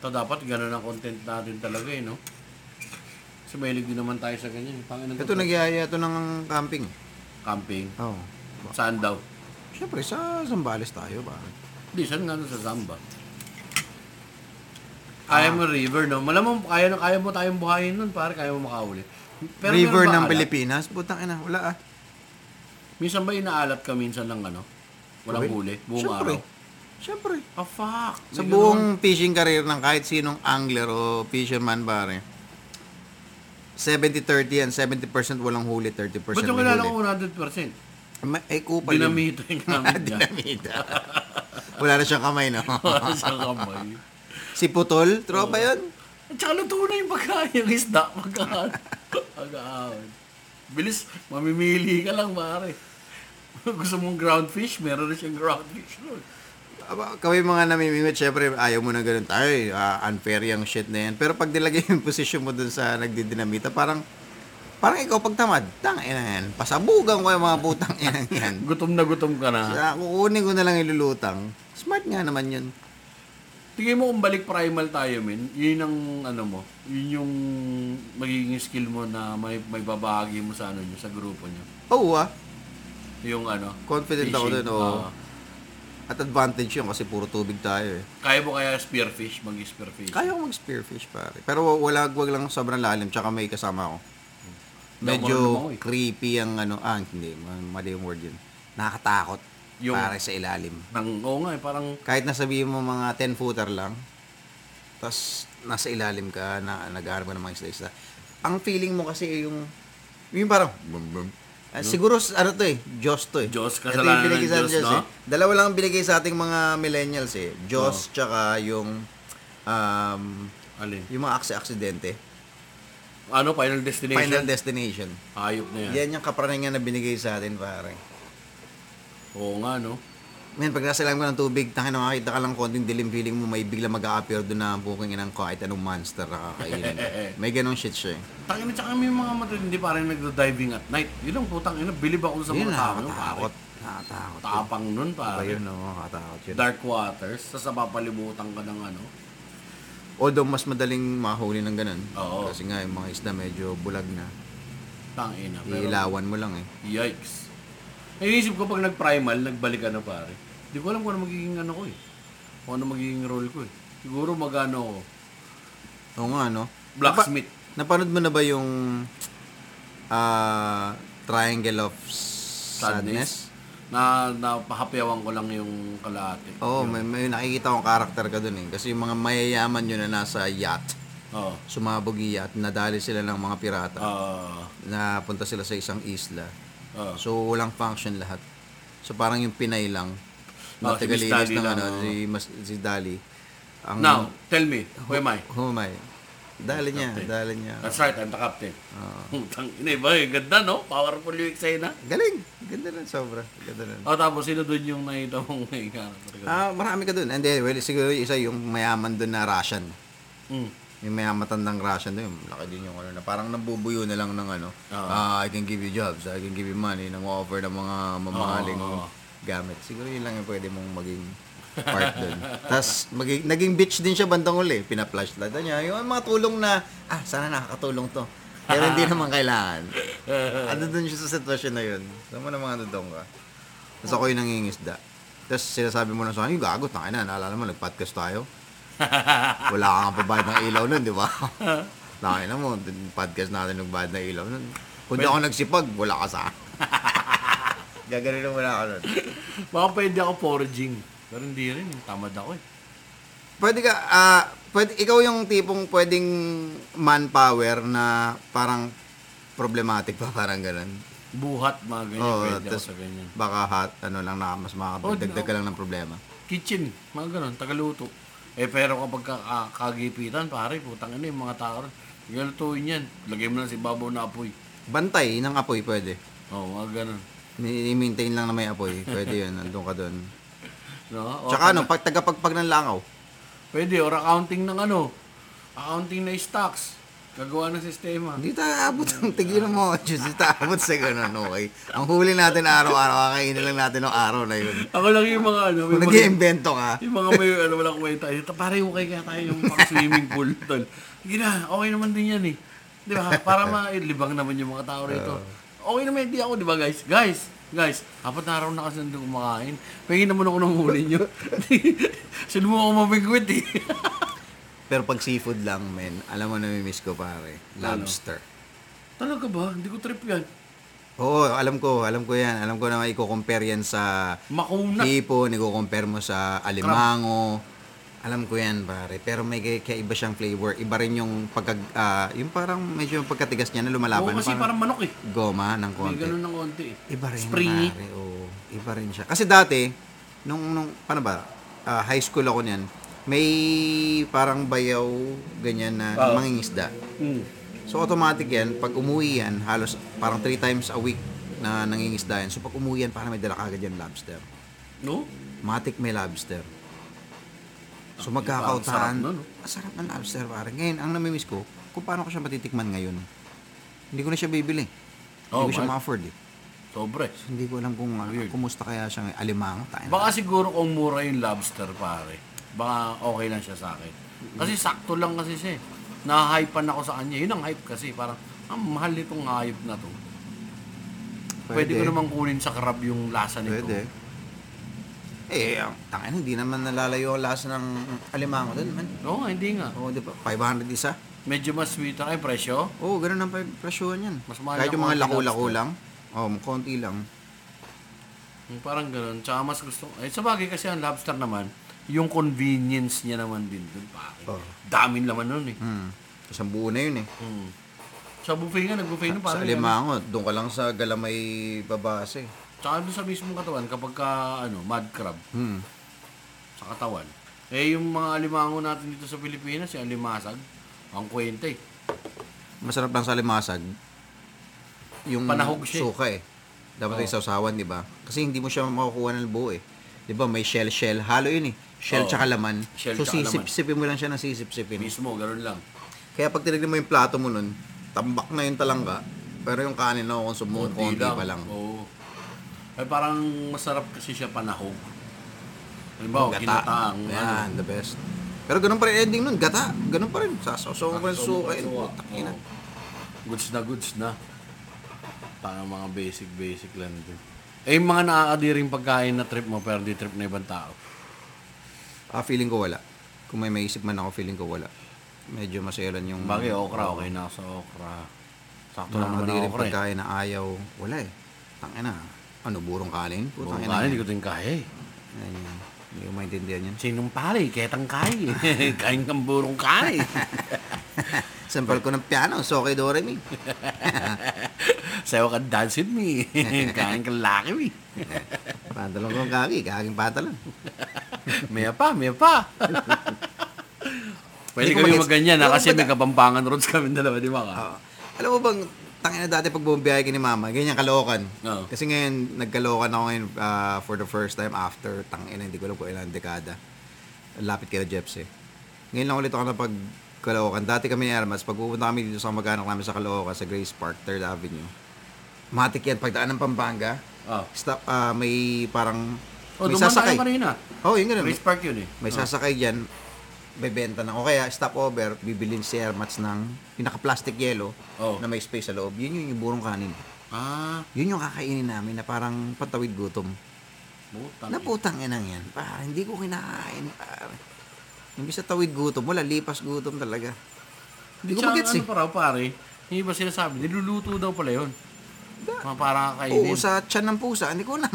Speaker 1: Ta dapat ganun ang content natin talaga eh, no? Kasi mahilig din naman tayo sa ganyan. eh. Panginoon
Speaker 2: Ito nagyaya ito ng camping.
Speaker 1: Camping.
Speaker 2: Oo.
Speaker 1: Saan daw?
Speaker 2: Siyempre, sa Zambales tayo ba?
Speaker 1: Di, saan nga doon sa Zamba? Kaya
Speaker 2: Ah.
Speaker 1: mo river, no? Malamang kaya, na- kaya mo tayong buhayin nun, pare, kaya mo makahuli.
Speaker 2: River
Speaker 1: meron ba
Speaker 2: ng
Speaker 1: alat?
Speaker 2: Pilipinas? Putang ina, wala ah.
Speaker 1: Minsan ba inaalat ka minsan ng ano? Walang huli? Buong
Speaker 2: Siyempre.
Speaker 1: araw?
Speaker 2: Siyempre.
Speaker 1: Ah, fuck!
Speaker 2: Sa
Speaker 1: May
Speaker 2: buong fishing career ng kahit sinong angler o fisherman pare, 70-30 yan. 70% walang huli,
Speaker 1: ganun.
Speaker 2: 30%
Speaker 1: Ba't yung
Speaker 2: may
Speaker 1: kilala ko
Speaker 2: huli.
Speaker 1: 100%?
Speaker 2: Ma- eh, kupal yun.
Speaker 1: Dinamito yung namin niya.
Speaker 2: Dinamita. wala na siyang kamay, no?
Speaker 1: Para sa kamay.
Speaker 2: si Putol, tropa yun.
Speaker 1: At saka luto na yung pagkain, yung isda, pagkain. Pagkain. Bilis, mamimili ka lang, pare. Gusto mong ground fish, meron na siyang ground fish nun.
Speaker 2: Aba, kami mga namimingwit, syempre ayaw mo na ganun tayo, eh, ah, unfair yung shit na yan. Pero pag nilagay yung position mo dun sa nagdidinamita, parang parang ikaw pag tamad, tang ina yan, pasabugan ko yung mga putang ina yan.
Speaker 1: Gutom na gutom ka na.
Speaker 2: Sa kukunin ko na lang ilulutang. Smart nga naman yun.
Speaker 1: Tingin mo kung balik primal tayo, men, yun ang ano mo, yun yung magiging skill mo na may, may babahagi mo sa ano nyo, sa grupo nyo.
Speaker 2: Oo ah,
Speaker 1: Yung ano,
Speaker 2: confident ako
Speaker 1: fishing.
Speaker 2: dun. oo.
Speaker 1: Ah.
Speaker 2: At advantage yun kasi puro tubig tayo eh.
Speaker 1: kaya mo kaya spearfish, mag-spearfish?
Speaker 2: Kaya ko mag-spearfish pare. Pero wa- wala, wag lang sobrang lalim, tsaka may kasama ako. Medyo
Speaker 1: Hindi ako marunong lumangoy.
Speaker 2: creepy ang ano, ah hindi, mali yung word yun. Nakakatakot.
Speaker 1: Yung-
Speaker 2: Pare sa ilalim.
Speaker 1: Nang, oo nga, eh, parang
Speaker 2: kahit nasabihin mo mga 10-footer lang, tapos nasa ilalim ka, na, nag-aaral ka ng mga isla-isla. Ang feeling mo kasi yung, yung parang, Ah, siguro, s- ano to eh, Diyos to eh.
Speaker 1: Diyos,
Speaker 2: Ito yung
Speaker 1: kasalanan ng
Speaker 2: binigay sa atin
Speaker 1: Diyos, no?
Speaker 2: eh. Dalawa lang ang binigay sa ating mga millennials eh. Diyos,
Speaker 1: Oh.
Speaker 2: tsaka yung, um,
Speaker 1: alin.
Speaker 2: yung mga aksidente.
Speaker 1: Ano, Final Destination?
Speaker 2: Final Destination.
Speaker 1: Hayop na yan.
Speaker 2: Yan yung kapraningan na binigay sa atin, pare.
Speaker 1: Oo nga, no?
Speaker 2: Man, pag nasa ilalim ka ng tubig, takin na makakita ka lang konting dilim feeling mo, may bigla mag a appear doon na buking inang kahit anong monster na kakainin. may ganong shit siya eh.
Speaker 1: Tangina, tsaka may mga matindi pa rin nagda-diving at night. Yun ang putang ina, bilib ako sa
Speaker 2: Yun,
Speaker 1: mga tao. yun,
Speaker 2: nakakatakot.
Speaker 1: pare.
Speaker 2: Nakakatakot.
Speaker 1: Tapang nun,
Speaker 2: Iba
Speaker 1: pare.
Speaker 2: yun, oo, nakakatakot yun.
Speaker 1: Dark waters, tapos napapalibutan ka ng ano.
Speaker 2: Although, mas madaling mahuli ng ganun.
Speaker 1: Oo.
Speaker 2: Kasi nga, yung mga isda medyo bulag na.
Speaker 1: Tangina. Pero,
Speaker 2: Iilawan mo lang eh.
Speaker 1: Yikes. Naiisip ko pag nag-primal, nagbalik na pare. Di ko alam kung ano magiging ano ko eh. Kung ano magiging role ko eh. Siguro magano ako.
Speaker 2: Oo nga, no?
Speaker 1: Blacksmith.
Speaker 2: Napanood mo na ba yung ah, Triangle of Sadness?
Speaker 1: Sadness. Na napahapyawan ko lang yung kalahati.
Speaker 2: Oo, may, may nakikita akong karakter ka dun eh. Kasi yung mga mayayaman yun na nasa yacht,
Speaker 1: Oo.
Speaker 2: sumabog yung yacht, nadali sila ng mga pirata.
Speaker 1: Ah,
Speaker 2: Napunta sila sa isang isla.
Speaker 1: ah.
Speaker 2: So, walang function lahat. So, parang yung Pinay lang.
Speaker 1: Ah,
Speaker 2: na
Speaker 1: si Miss
Speaker 2: tagalinis
Speaker 1: Dali
Speaker 2: ng
Speaker 1: lang, ah.
Speaker 2: ano,
Speaker 1: oo.
Speaker 2: si, mas, si Dali. Ang,
Speaker 1: Now, tell me, who am I?
Speaker 2: Humay. Dali niya, dali niya.
Speaker 1: That's right, I'm the captain.
Speaker 2: Oh.
Speaker 1: Putang ina, iba eh. Ganda, no? Powerful yung eksena.
Speaker 2: Galing! Ganda nun, sobra. Ganda nun.
Speaker 1: O, tapos sino doon yung nakita mong may character ka?
Speaker 2: Ah, marami ka doon. And then, well, siguro yung isa yung mayaman doon na Russian.
Speaker 1: Mm.
Speaker 2: Yung mayaman matandang Russian doon, yung laki din yung ano na parang nabubuyo na lang ng ano.
Speaker 1: Oo.
Speaker 2: Ah, I can give you jobs, I can give you money, nang offer ng mga mamahaling
Speaker 1: Oo.
Speaker 2: gamit. Siguro yun lang yung pwede mong maging part doon. Tapos, maging, naging bitch din siya bandang uli. Pina-flash light na niya. Yung mga tulong na, ah, sana nakakatulong to. Pero hindi naman kailangan. Ano doon siya sa sitwasyon na yun? Saan mo naman ano doon ka? Tapos ako yung nangingisda. Tapos sinasabi mo na sa akin, "Yung gago, tangin na, naalala mo, nag-podcast tayo. Wala kang pabayad ng ilaw nun, di ba? Tangin na mo, dun- podcast natin nagbayad ng ilaw nun. Kung di ako nagsipag, wala ka sa akin. Gaganin na wala ka nun.
Speaker 1: Baka pwede ako foraging. Pero hindi rin, eh. tamad ako eh.
Speaker 2: Pwede ka, ah, pwede, ikaw yung tipong pwedeng manpower na parang problematic pa, parang ganun.
Speaker 1: Buhat, mga ganyan.
Speaker 2: Oo,
Speaker 1: pwede
Speaker 2: tas-
Speaker 1: ako sa ganyan.
Speaker 2: Baka hot, ano lang na, mas makakapagdagdag ka lang ng problema.
Speaker 1: kitchen, mga ganun, tagaluto. Eh, pero kapag ka- ka- kagipitan, pare, putang ina yung mga tao ron. Galutuin yan. Lagay mo lang si babaw na apoy.
Speaker 2: Bantay ng apoy, pwede.
Speaker 1: Oo, mga ganun.
Speaker 2: Ni- I-maintain lang na may apoy. Pwede yun, nandun ka dun.
Speaker 1: No? O,
Speaker 2: Tsaka ano, pag tagapagpag ng langaw.
Speaker 1: Pwede, or accounting ng ano. Accounting na stocks. Gagawa ng sistema.
Speaker 2: Hindi tayo aabot ang tigilan mo. Diyos, hindi tayo aabot sa ganun, okay? Ang huli natin araw-araw, kakainin lang natin ng araw na yun.
Speaker 1: Ako lang yung mga ano, may
Speaker 2: Kung nag
Speaker 1: mga,
Speaker 2: iimbento ka,
Speaker 1: yung mga may ano, walang kwenta. Ito, pare, okay kaya tayo yung pang swimming pool. Tol. Sige na, okay naman din yan eh. Di ba? Para mailibang naman yung mga tao rito. Okay naman, hindi ako, di ba guys? Guys, guys, apat na araw na kasi hindi kumakain. Pahingin naman ako ng huli nyo. Sino mo ako mabigwit eh.
Speaker 2: pero pag seafood lang, men, alam mo na miss ko, pare. Lobster.
Speaker 1: Talaga ba? Hindi ko trip yan.
Speaker 2: Oo, alam ko, alam ko yan. Alam ko na i-compare yan sa
Speaker 1: Makunat.
Speaker 2: hipon, i-compare mo sa alimango. Alam ko yan, pare. Pero may kaya kaya iba siyang flavor. Iba rin yung pagka, ah, yung parang medyo yung pagkatigas niya na
Speaker 1: Oo,
Speaker 2: lumalaban.
Speaker 1: kasi parang manok eh.
Speaker 2: goma ng
Speaker 1: May
Speaker 2: konti.
Speaker 1: ganun ng konti eh.
Speaker 2: Iba rin,
Speaker 1: Springy.
Speaker 2: pare. Oo, iba rin siya. Kasi dati, nung, nung paano ba, Ah, high school ako niyan, may parang bayaw, ganyan na
Speaker 1: Ah.
Speaker 2: mangingisda.
Speaker 1: Mm.
Speaker 2: So automatic yan, pag umuwi yan, halos parang three times a week na nangingisda yan. So pag umuwi yan, parang may dala kagad yan lobster.
Speaker 1: No?
Speaker 2: Matik may lobster. So
Speaker 1: parang Ah, sarap
Speaker 2: magkakautaan.
Speaker 1: nun, no?
Speaker 2: Masarap ng lobster parang. Ngayon, ang namimiss ko, kung paano ko siya matitikman ngayon. Hindi ko na siya bibili.
Speaker 1: Oh,
Speaker 2: hindi ko siya
Speaker 1: bakit?
Speaker 2: ma-afford eh.
Speaker 1: Sobre.
Speaker 2: Hindi ko alam kung ano, kumusta kaya siya ngayon. Alimango tayo. na.
Speaker 1: Baka siguro kung mura yung lobster, pare. Baka okay lang siya sa akin. Kasi sakto lang kasi siya eh. Nahypan ako sa kanya. Yun ang hype kasi. Parang, ang mahal nitong hayop na to. Pwede, ko namang kunin sa crab yung lasa nito.
Speaker 2: Pwede. Eh, ang tangin, hindi naman nalalayo ang lasa ng alimango doon, man.
Speaker 1: Oo nga, hindi nga.
Speaker 2: Oo, di ba? 500 isa.
Speaker 1: Medyo mas sweeter. Ay, presyo.
Speaker 2: Oo, oh, ganun ang presyohan yan.
Speaker 1: Mas mahal ang
Speaker 2: Kahit yung mga
Speaker 1: konti
Speaker 2: lako-lako
Speaker 1: lobster.
Speaker 2: lang. Oo, oh, konti lang.
Speaker 1: Yung Parang ganun. Tsaka mas gusto. Eh, sa bagay kasi ang lobster naman, yung convenience niya naman din dun, pare.
Speaker 2: Oo.
Speaker 1: Daming laman nun eh.
Speaker 2: Hmm. Tapos ang buo na yun eh.
Speaker 1: Mm. Sa buffet nga, nag-buffet na
Speaker 2: Sa
Speaker 1: pare.
Speaker 2: alimango, doon ka lang sa galamay babase.
Speaker 1: Tsaka doon sa mismong katawan, kapag ka, ano, mad crab,
Speaker 2: Hmm.
Speaker 1: sa katawan. Eh, yung mga alimango natin dito sa Pilipinas, yung alimasag, ang kwenta eh.
Speaker 2: Masarap lang sa limasag. Yung
Speaker 1: Panahog siya eh.
Speaker 2: suka eh. Dapat oh. isawsawan, di ba? Kasi hindi mo siya makukuha ng buo eh. 'Di ba? May shell shell. Halo 'yun eh. Shell
Speaker 1: Oo.
Speaker 2: tsaka laman.
Speaker 1: Shell
Speaker 2: so
Speaker 1: tsaka laman.
Speaker 2: sisip-sipin mo lang siya ng sisip-sipin.
Speaker 1: Mismo, ganun lang.
Speaker 2: Kaya pag tinignan mo yung plato mo nun, tambak na yung talangga, pero yung kanin na kukonsume mo, konti pa lang.
Speaker 1: Oo. Ay, parang masarap kasi siya panahog. Halimbawa,
Speaker 2: Gata.
Speaker 1: ginataang.
Speaker 2: Ayan, the best. Pero ganun pa rin ending nun, gata. Ganun pa rin. Sasawsaw mo pa rin
Speaker 1: So, so,
Speaker 2: suka. Ayun, putang
Speaker 1: oo.
Speaker 2: ina.
Speaker 1: Goods na goods na. Parang mga basic basic lang din. Eh, yung mga nakakadiring pagkain na trip mo pero di trip na ibang tao.
Speaker 2: Ah, feeling ko wala. Kung may maisip man ako, feeling ko wala. Medyo maselan yung...
Speaker 1: Bagay, okra, okay na ako sa okra. Sakto lang naman ang
Speaker 2: Nakakadilim
Speaker 1: okra eh.
Speaker 2: pagkain na ayaw. Wala eh. Tangin na. Ano, burong kanin? Putang
Speaker 1: Buong
Speaker 2: ina.
Speaker 1: kanin, hindi ko din kaya eh.
Speaker 2: Ayan yun. Hindi ko maintindihan yun.
Speaker 1: Sinong pare, ketang kay. Kain kang burong kay.
Speaker 2: Sample ko ng piano. So, kay Dore mi.
Speaker 1: Sayo ka dance with me. Kain kang laki me.
Speaker 2: Pantalon ko kagi. Kaging pantalon.
Speaker 1: Maya pa, maya pa. Pwede
Speaker 2: Hindi ko
Speaker 1: kami
Speaker 2: magets- Ah.
Speaker 1: magganyan na
Speaker 2: Ewan
Speaker 1: kasi
Speaker 2: ko
Speaker 1: may kapampangan roads kami dalawa, di ba ka?
Speaker 2: Oo. alam mo bang, tangin na dati pag bumabiyahe ka ni Mama, ganyan kalokan.
Speaker 1: Oo.
Speaker 2: Kasi ngayon, nagkalokan ako ngayon ah, for the first time after, tangin na, hindi ko alam kung ilang dekada. Lapit kay na Jeps eh. Ngayon lang ulit ako na pag kalokan. Dati kami ni Armas, pag pupunta kami dito sa kamag-anak namin sa Caloocan, sa Grace Park, 3rd Avenue. Matik yan, pagdaan ng Pampanga,
Speaker 1: Oo.
Speaker 2: stop, ah, may parang,
Speaker 1: Oh,
Speaker 2: may
Speaker 1: dumaan tayo
Speaker 2: sasakay.
Speaker 1: kanina.
Speaker 2: Oo, oh, yun ganun.
Speaker 1: Race Park yun eh.
Speaker 2: May sasakay dyan, bebenta na. O kaya, stopover, bibilin si Ermats ng pinaka-plastic yellow
Speaker 1: Oh.
Speaker 2: na may space sa loob. Yun yun yung burong kanin.
Speaker 1: Ah,
Speaker 2: Yun yung kakainin namin na parang patawid gutom.
Speaker 1: butang.
Speaker 2: Naputang inang yan. Pare, hindi ko kinakain, pare. Imbis na tawid gutom, wala lipas gutom talaga. Hindi ko
Speaker 1: Tsaka
Speaker 2: magets
Speaker 1: Ano
Speaker 2: eh.
Speaker 1: pa raw, pare? Yung iba sinasabi, niluluto daw pala yun. Mga parang kakainin.
Speaker 2: Oo, sa tiyan ng pusa, hindi ko alam.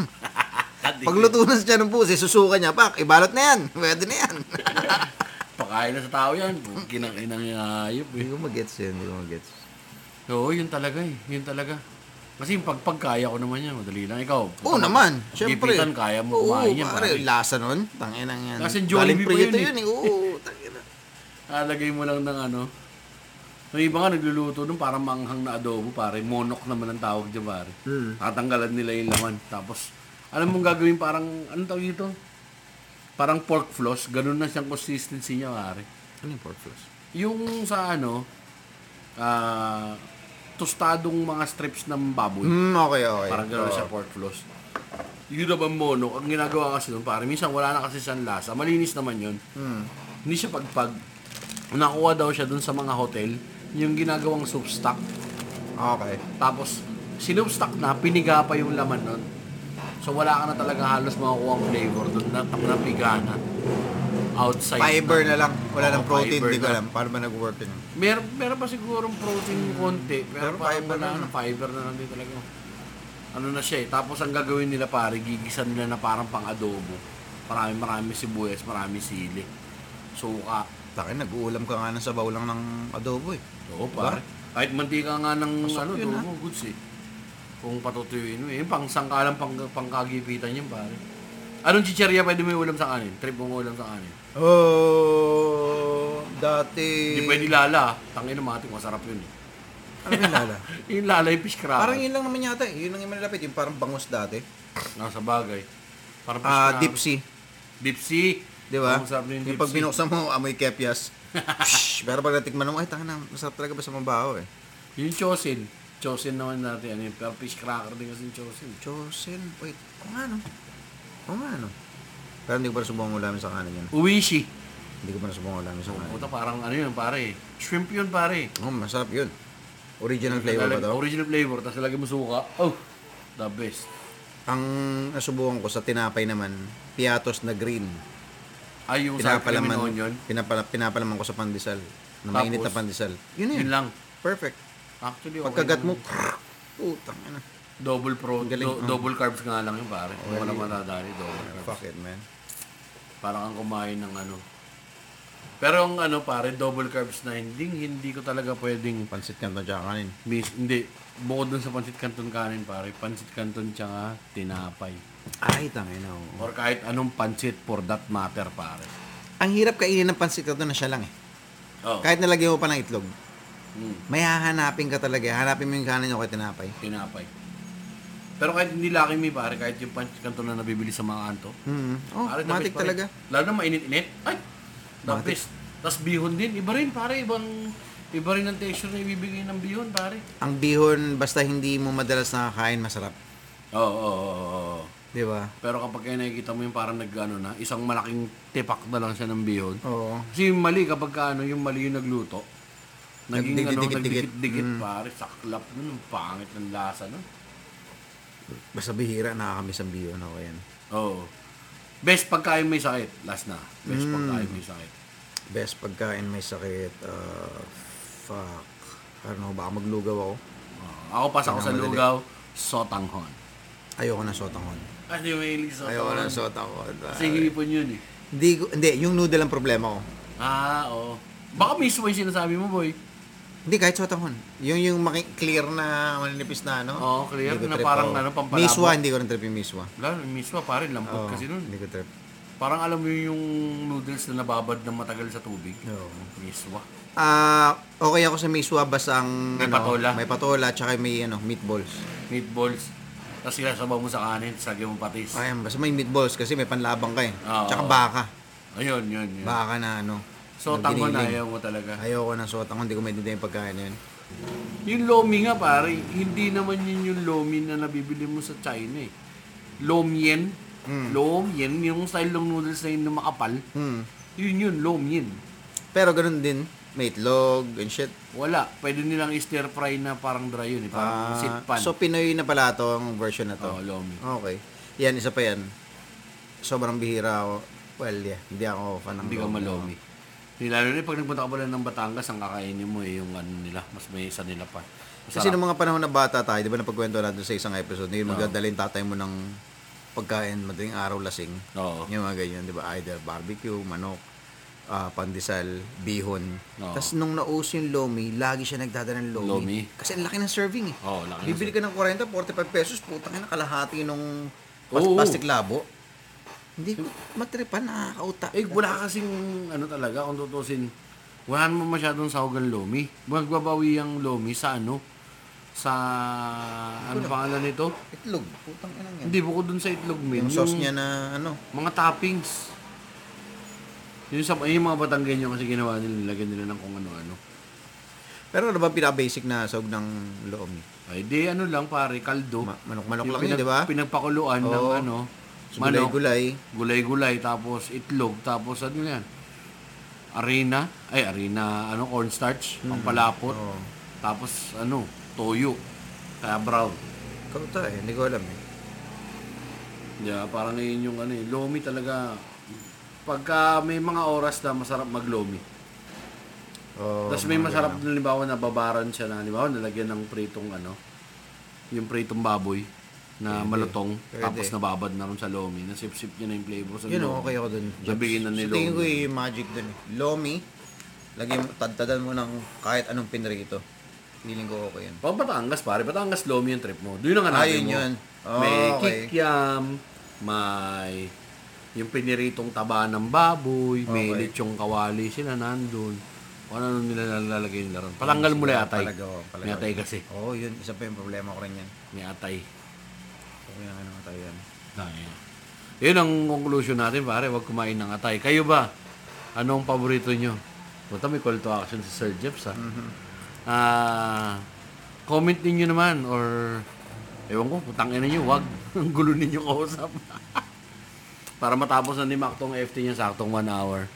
Speaker 2: Pagluto na sa tiyan ng pusa, susuka niya, pak, ibalot na yan. Pwede na yan.
Speaker 1: Pakain na sa tao yan. Kinakainang ayop eh.
Speaker 2: hindi ko magets yun, hindi ko magets.
Speaker 1: Oo, yun talaga eh. Yun talaga. Kasi yung pagpagkaya ko naman yan, madali lang. Ikaw, puta
Speaker 2: Oo
Speaker 1: na-
Speaker 2: naman, syempre.
Speaker 1: Pipitan, kaya mo kumain yan.
Speaker 2: Oo,
Speaker 1: pare.
Speaker 2: pare, lasa nun. Tangin ang yan.
Speaker 1: Lasa yung
Speaker 2: Galing
Speaker 1: Jollibee pa yun
Speaker 2: prito
Speaker 1: eh.
Speaker 2: yun eh. Oo, tangin na.
Speaker 1: Alagay mo lang ng ano. Yung iba nga nagluluto nung parang manghang na adobo, pare. Monok naman ang tawag dyan, pare.
Speaker 2: Hmm.
Speaker 1: Tatanggalan nila yung laman. Tapos, alam mong gagawin parang, anong tawag dito? Parang pork floss. Ganun na siyang consistency niya, pare.
Speaker 2: Ano yung pork floss?
Speaker 1: Yung sa ano, ah, tostadong mga strips ng baboy.
Speaker 2: Hmm, okay, okay.
Speaker 1: Parang gano'n siya pork floss. ah, Yun naman monok, ang ginagawa kasi nun, pare, minsan wala na kasi siyang lasa. Malinis naman yun.
Speaker 2: Hmm,
Speaker 1: Hindi siya pagpag. Nakuha daw siya dun sa mga hotel, yung ginagawang soup stock.
Speaker 2: Okay.
Speaker 1: Tapos, sinup stock na, piniga pa yung laman nun. So wala ka na talaga halos makukuha ang flavor dun. na napiga na. Outside
Speaker 2: Fiber
Speaker 1: na.
Speaker 2: na lang. Wala
Speaker 1: Oo,
Speaker 2: ng protein,
Speaker 1: fiber
Speaker 2: hindi ko
Speaker 1: na.
Speaker 2: alam. Paano ba nag-work yun?
Speaker 1: Meron, meron pa sigurong protein konti, pero,
Speaker 2: Pero
Speaker 1: parang
Speaker 2: fiber
Speaker 1: wala
Speaker 2: na.
Speaker 1: na, fiber na lang din talaga. Ano na siya eh. Tapos ang gagawin nila pare, gigisa nila na parang pang adobo. Marami marami sibuyas, marami sili. Suka.
Speaker 2: Tangin, nag-uulam ka nga ng sabaw lang ng adobo eh.
Speaker 1: Oo pare. Kahit mantika nga ng ano,
Speaker 2: Masarap yun,
Speaker 1: adobo, goods eh. Kung patutuyuin mo eh. Yung pang sangkalang pang, pangkagipitan yun pare. Anong chicherya pwede mo ulam sa kanin? Trip mo ulam sa kanin?
Speaker 2: Oh, dati...
Speaker 1: Hindi pwede lala. Tangin na matik, masarap yun eh.
Speaker 2: Ano yung lala?
Speaker 1: Yung lala yung fish cracker.
Speaker 2: parang yun lang naman yata. eh. Yun lang yung malalapit. Yung parang bangus dati.
Speaker 1: Nasa bagay. Parang fish
Speaker 2: Ah,
Speaker 1: cracker.
Speaker 2: deep sea.
Speaker 1: Deep sea.
Speaker 2: Di ba?
Speaker 1: Ang sarap na yung
Speaker 2: Yung
Speaker 1: deep
Speaker 2: pag
Speaker 1: sea.
Speaker 2: binuksan mo, amoy kepias. Shhh! Pero pag natikman mo, ay, tanga na, masarap talaga ba sa mabaho eh.
Speaker 1: Yung chosin. Chosin naman natin. Ano yun? Pero fish cracker din kasi yung chosin.
Speaker 2: Chosen, wait, kung ano? Kung ano? Pero hindi ko pa nasubukan ang ulamin sa kanin yun.
Speaker 1: Uwishi.
Speaker 2: Hindi ko pa nasubukan ang ulamin sa kanin.
Speaker 1: Puta, parang ano yun, pare. Shrimp yun, pare.
Speaker 2: Oh, masarap yun. Original flavor ba
Speaker 1: Lalag-
Speaker 2: daw?
Speaker 1: Original flavor. Tapos lagay mo suka. Oh, the best.
Speaker 2: Ang nasubukan ko sa tinapay naman, piatos na green.
Speaker 1: Ay, yung sour cream and onion.
Speaker 2: Pinapalaman, pinapala, pinapalaman ko sa pandesal. Na
Speaker 1: Tapos,
Speaker 2: mainit na pandesal. Yun na yun.
Speaker 1: Yun lang.
Speaker 2: Perfect.
Speaker 1: Actually, okay.
Speaker 2: Hmm. Pagkagat
Speaker 1: naman.
Speaker 2: mo, putang ina.
Speaker 1: Double pro,
Speaker 2: Ang galing,
Speaker 1: do-
Speaker 2: oh.
Speaker 1: double carbs nga lang yun, pare. Kung wala madadali, double carbs.
Speaker 2: Fuck it, man.
Speaker 1: Parang ang kumain ng ano. Pero ang ano, pare, double carbs na hindi, hindi ko talaga pwedeng
Speaker 2: Pansit kanto tsaka kanin.
Speaker 1: Bis, hindi. Bukod dun sa pansit canton kanin, pare. Pansit canton tsaka tinapay.
Speaker 2: Ay, tangina. oo.
Speaker 1: Or kahit anong pansit for that matter, pare.
Speaker 2: Ang hirap kainin ng pansit kanto na siya lang eh.
Speaker 1: Oh.
Speaker 2: Kahit nalagyan mo pa ng itlog,
Speaker 1: Mm,
Speaker 2: eh. may hahanapin ka talaga. Hanapin mo yung kanin nyo kay tinapay.
Speaker 1: tinapay. Pero kahit hindi laki may pare, kahit yung punch kanto na nabibili sa mga anto.
Speaker 2: Mm. Oh,
Speaker 1: Pare, the
Speaker 2: matik
Speaker 1: best pa rin.
Speaker 2: talaga.
Speaker 1: Lalo na mainit-init. Ay, the best. Tapos bihon din. Iba rin pare, ibang iba rin ang texture na ibibigay ng bihon pare.
Speaker 2: Ang bihon, basta hindi mo madalas nakakain, masarap.
Speaker 1: Oo, oo, oo, oo.
Speaker 2: Di ba?
Speaker 1: Pero kapag kaya nakikita mo yung parang nag-ano na, isang malaking tipak na lang siya ng bihon.
Speaker 2: Oo.
Speaker 1: Kasi yung mali, kapag ka, ano, yung mali yung nagluto, naging ano,
Speaker 2: Nagdidikit-dikit.
Speaker 1: nagdikit-dikit pare, saklap nun, ang pangit ng lasa nun.
Speaker 2: Basta bihira, nakakamiss ang bihon ako yan.
Speaker 1: Oo. Best pagkain may sakit, last na. Best pagkain may sakit.
Speaker 2: Best pagkain may sakit. Uh, fuck. Ano, baka maglugaw ako.
Speaker 1: Oo. ako pas ako sa lugaw, sotanghon.
Speaker 2: Ayoko na sotanghon.
Speaker 1: Kasi may ilig
Speaker 2: Ayoko na
Speaker 1: sotanghon.
Speaker 2: sotanghon.
Speaker 1: Kasi hinipon yun eh.
Speaker 2: Hindi, ko- hindi, yung noodle ang problema ko.
Speaker 1: Ah, oo. Baka mismo yung sinasabi mo, boy.
Speaker 2: Hindi, kahit sotanghon. Yung yung maki- clear na maninipis na ano.
Speaker 1: Oo, clear
Speaker 2: Hindi ko
Speaker 1: na
Speaker 2: trip
Speaker 1: parang
Speaker 2: ako.
Speaker 1: ano, pampalabo.
Speaker 2: Miswa, hindi ko rin trip yung miswa.
Speaker 1: Wala, mismo pare, lambot
Speaker 2: Oo,
Speaker 1: kasi nun.
Speaker 2: Hindi ko trip.
Speaker 1: Parang alam mo yung noodles na nababad na matagal sa tubig.
Speaker 2: Oo.
Speaker 1: Miswa.
Speaker 2: Ah, okay ako sa miswa basta ang
Speaker 1: May
Speaker 2: ano,
Speaker 1: patola.
Speaker 2: May patola tsaka may ano, meatballs.
Speaker 1: Meatballs. Tapos sila sabaw mo sa kanin, sagay mo patis.
Speaker 2: Ay, basta may meatballs kasi may panlabang ka eh.
Speaker 1: Oo.
Speaker 2: tsaka baka.
Speaker 1: Ayun, yun, yun.
Speaker 2: Baka na ano.
Speaker 1: So,
Speaker 2: na
Speaker 1: tango na
Speaker 2: giniling.
Speaker 1: ayaw mo talaga.
Speaker 2: Ayoko ng sotang, hindi ko maintindihan yung pagkain na yun.
Speaker 1: Yung lomi nga pare, hindi naman yun yung lomi na nabibili mo sa China eh. Lomien. Lomien, yung style ng noodles na yun na makapal.
Speaker 2: Hmm.
Speaker 1: Yun yun, lomien.
Speaker 2: Pero ganun din, may itlog and shit.
Speaker 1: Wala. Pwede nilang stir fry na parang dry yun eh. Parang
Speaker 2: Ah,
Speaker 1: sit pan.
Speaker 2: so, Pinoy na pala to, ang version na to.
Speaker 1: oh, lomi.
Speaker 2: Okay. Yan, isa pa yan. Sobrang bihira ako. Well, yeah. Hindi ako fan ng
Speaker 1: Hindi ka
Speaker 2: lomi. ah.
Speaker 1: malomi. Di, Lalo na pag nagpunta ka pala ng Batangas, ang kakainin mo eh, yung ano nila. Mas may isa nila pa.
Speaker 2: Kasi
Speaker 1: Masarap.
Speaker 2: nung mga panahon na bata tayo, di ba napagkwento natin sa isang episode, na yun magdadala yung tatay mo ng pagkain, madaling araw lasing.
Speaker 1: Oo.
Speaker 2: Yung mga ganyan, di ba? Either barbecue, manok, ah, pandesal, bihon.
Speaker 1: Oo.
Speaker 2: Tapos nung nauso yung lomi, lagi siya nagdadala ng lomi.
Speaker 1: Lomi.
Speaker 2: Kasi ang laki ng serving eh.
Speaker 1: Oo, laki ng
Speaker 2: Bibili ka ng 40, 45 pesos, putang ina, kalahati nung pas-
Speaker 1: Oo.
Speaker 2: plastic labo. Hindi ko matripan, nakakauta.
Speaker 1: Eh, wala kasing ano talaga, kung tutusin, wala naman masyadong sahog ang lomi. Magbabawi ang lomi sa ano? Sa, ano pangalan nito?
Speaker 2: Itlog, putang ina yan.
Speaker 1: Hindi, bukod dun sa itlog, men.
Speaker 2: Yung sauce niya na ano,
Speaker 1: Mga toppings. Yung, sa, yung mga Batanggenyo kasi ginawa nila, nilagyan nila ng kung ano-ano.
Speaker 2: Pero ano ba pinaka-basic na sahog ng loomi?
Speaker 1: Ay, di ano lang pare, kaldo.
Speaker 2: Ma- manok-manok
Speaker 1: Yung
Speaker 2: lang yun, di ba?
Speaker 1: Pinagpakuluan ng
Speaker 2: Oo.
Speaker 1: ano,
Speaker 2: So, gulay-gulay.
Speaker 1: Gulay-gulay, tapos itlog, tapos ano yan? Arena, ay arena, ano, cornstarch, pampalapot.
Speaker 2: Hmm. Oo.
Speaker 1: Tapos ano, toyo, kaya brown.
Speaker 2: Kauta eh, hindi ko alam eh.
Speaker 1: Yeah, parang ngayon yung ano eh, lomi talaga. Pagka may mga oras na masarap maglomi.
Speaker 2: Oh,
Speaker 1: Tapos may masarap na halimbawa na babaran siya na halimbawa nalagyan ng pritong ano, yung pritong baboy na malutong
Speaker 2: Pwede.
Speaker 1: tapos nababad na rin sa lomi. Nasipsip niya na yung flavor sa lomi.
Speaker 2: Yun know, Ano, okay ako dun.
Speaker 1: Nabigyan na ni
Speaker 2: So, tingin ko
Speaker 1: Lomi.
Speaker 2: yung magic dun eh. Lomi, lagyan mo, tadtadan mo ng kahit anong pinrito. Feeling ko okay yun.
Speaker 1: Pag Batangas pare, Batangas lomi yung trip mo. Doon ang
Speaker 2: Ah,
Speaker 1: hanapin
Speaker 2: yun
Speaker 1: mo.
Speaker 2: yun. Oh,
Speaker 1: may
Speaker 2: okay.
Speaker 1: kikyam, may yung piniritong taba ng baboy, may
Speaker 2: Okay.
Speaker 1: lechong kawali sila nandun. Kung ano nila nalalagay nila ron. Palanggal mo na atay.
Speaker 2: Palagaw, palagaw.
Speaker 1: May atay kasi.
Speaker 2: Oo, oh, yun. Isa pa yung problema ko rin yan.
Speaker 1: May atay.
Speaker 2: Okay na ano nga tayo yan.
Speaker 1: Dahil. Yun ang conclusion natin, pare. Huwag kumain ng atay. Kayo ba? Anong paborito nyo? Punta, may call to action si Sir Jeps, ha? Ah, comment ninyo naman or ewan ko, putang ina nyo, wag. Ang gulo ninyo kausap. Para matapos na ni Mac tong FT niya saktong one hour.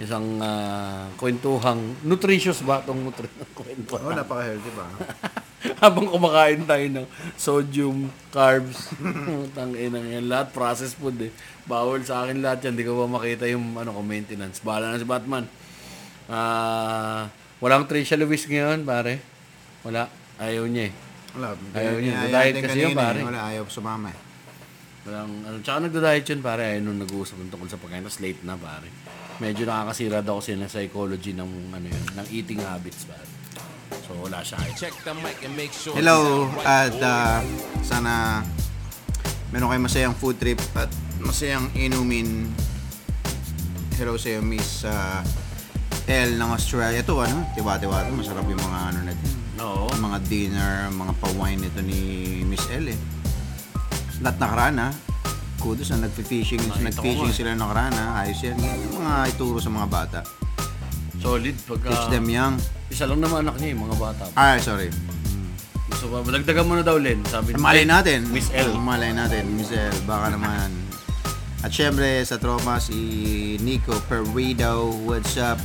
Speaker 1: Isang ah, kwentuhang, nutritious ba tong nutri- kwento?
Speaker 2: Oo, oh, napaka-healthy ba?
Speaker 1: Habang kumakain tayo ng sodium, carbs, tang inang yan. Lahat processed food eh. Bawal sa akin lahat yan. Hindi ko pa makita yung ano, ko, maintenance. Bahala na si Batman. Ah, walang Trisha Lewis ngayon, pare. Wala. Ayaw niya eh.
Speaker 2: Wala.
Speaker 1: Ayaw yun.
Speaker 2: Ayaw
Speaker 1: Diet
Speaker 2: din
Speaker 1: kasi
Speaker 2: kanina
Speaker 1: yun, pare.
Speaker 2: eh. Wala, ayaw sumama eh.
Speaker 1: Walang, ano, tsaka nagda-diet yun, pare. Ayaw nung nag-uusap ng tungkol sa pagkain. Tapos late na, pare. Medyo nakakasira daw kasi ng psychology ng, ano yun, ng eating habits, pare. So, wala siya.
Speaker 3: Check the mic and make sure.
Speaker 2: Hello at uh, sana meron kayong masayang food trip at masayang inumin. Hello sa iyo, Miss uh, L ng Australia. Ito ano, tiwa-tiwa ito. Masarap yung mga ano natin.
Speaker 1: Oo.
Speaker 2: Mga dinner, mga pa-wine ito ni Miss L eh. Lahat nakaraan ha. Kudos na nag-fishing,
Speaker 3: eh.
Speaker 2: nag-fishing sila nakaraan ha. Ayos yan. Yan yung mga ituro sa mga bata.
Speaker 1: Solid pagka...
Speaker 2: Teach them young.
Speaker 1: Isa lang naman anak niya, yung mga bata.
Speaker 2: Ah, sorry.
Speaker 1: Gusto ba? Dagdagan mo na daw, Len. Sabi ni-
Speaker 2: Malay natin.
Speaker 1: Miss L.
Speaker 2: Malay natin, Miss L. Baka naman. At syempre, sa tropa si Nico Perrido. What's up?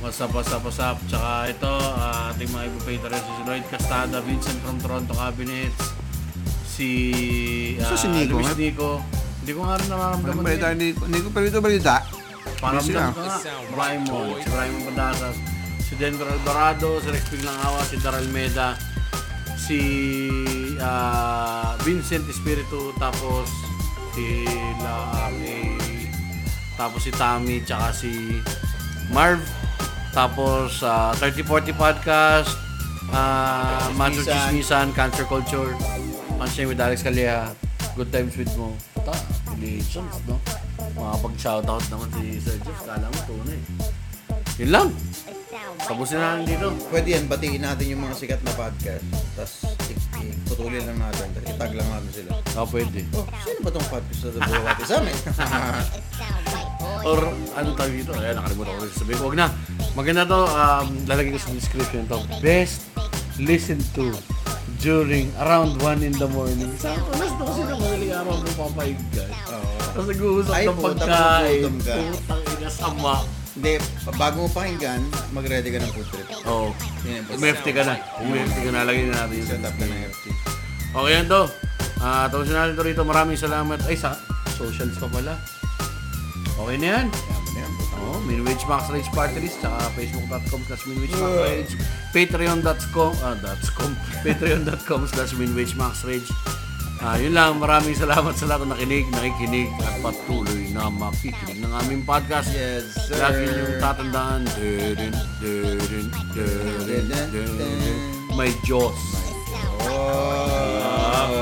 Speaker 1: What's up, what's up, what's up? Tsaka ito, ah, ating mga iba rin si Lloyd Castada, Vincent from Toronto Cabinets, si ah,
Speaker 2: Saan si Nico,
Speaker 1: Luis
Speaker 2: ha?
Speaker 1: Nico. Hindi ko nga rin nararamdaman
Speaker 2: Walang
Speaker 1: yun.
Speaker 2: balita ni Nico Perrido balita.
Speaker 1: Parang
Speaker 2: Busy
Speaker 1: lang
Speaker 2: lang.
Speaker 1: ka nga. Raymond, si Raymond Pandasas, si Denver Alvarado, si Rex Piglangawa, si Daral Meda, si ah, Vincent Espiritu, tapos si La eh, tapos si Tommy, tsaka si Marv, tapos sa 3040 Podcast, ah Macho Chismisan, Cancer Culture, Punchline with Alex Calleja, Good Times with Mo. Ta, relations, no? Makapag-shoutout naman si Sir Jeff. Kala mo, tunay. Yun lang. Tapusin na lang dito.
Speaker 2: Pwede yan, batiin natin yung mga sikat na podcast. Tapos putulin lang natin. Tapos itag lang natin sila.
Speaker 1: Ah, pwede.
Speaker 2: Oh, sino ba tong podcast na nabulawati sa amin?
Speaker 1: Or ano tawag dito? Ayan, nakalimutan ko rin sabihin. Huwag na. Maganda to. Um, lalagay ko sa description to. Best listen to during around 1 in the morning. Sabi ko, last na kasi na magaling araw mo papayag ka. Tapos nag-uusap
Speaker 2: Ay,
Speaker 1: ng
Speaker 2: puta,
Speaker 1: pagkain.
Speaker 2: magugutom ka.
Speaker 1: Putang ina, sama.
Speaker 2: Hindi, bago mo pakinggan, mag-ready ka ng food trip.
Speaker 1: Oo.
Speaker 2: Yun yung
Speaker 1: Umefty ka na. Umefty ka na. Lagyan na natin yun.
Speaker 2: setup ka ng FT.
Speaker 1: Okay yan to. Ah, tapos na natin to rito. Maraming salamat. Ay, sa socials pa pala. Okay na yan. Oo, oh, Minwich Max Rage Party List, tsaka facebook.com slash Minwich Max Rage, patreon.com, ah, that's com, patreon.com slash Minwich Max Rage. Ah, yun lang, maraming salamat sa lahat na nakinig, nakikinig, at patuloy na makikinig ng aming podcast.
Speaker 2: Yes, sir.
Speaker 1: Lagi niyong tatandaan, dun, dun, dun, dun, dun, dun. may Diyos.
Speaker 2: Oh!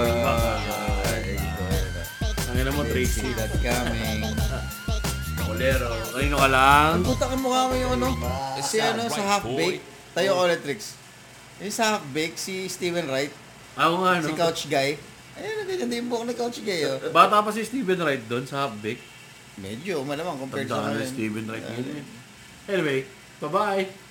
Speaker 1: Ang ina mo, Tracy.
Speaker 2: That coming.
Speaker 1: Bolero. Kanino ka lang?
Speaker 2: Puta ka mukha mo yung ano, si ano sa half-bake, tayo ulit tricks. Yung sa half-bake, si Steven Wright,
Speaker 1: Ako nga, no?
Speaker 2: si Couch Guy. Ayun, nagaganda yung buhok ni Couch Guy, oh.
Speaker 1: Bata pa si Steven Wright doon sa Halfbake.
Speaker 2: Medyo, malamang compared sa
Speaker 1: Tandaan na
Speaker 2: ngayon.
Speaker 1: Steven Wright yun eh. Anyway, bye-bye!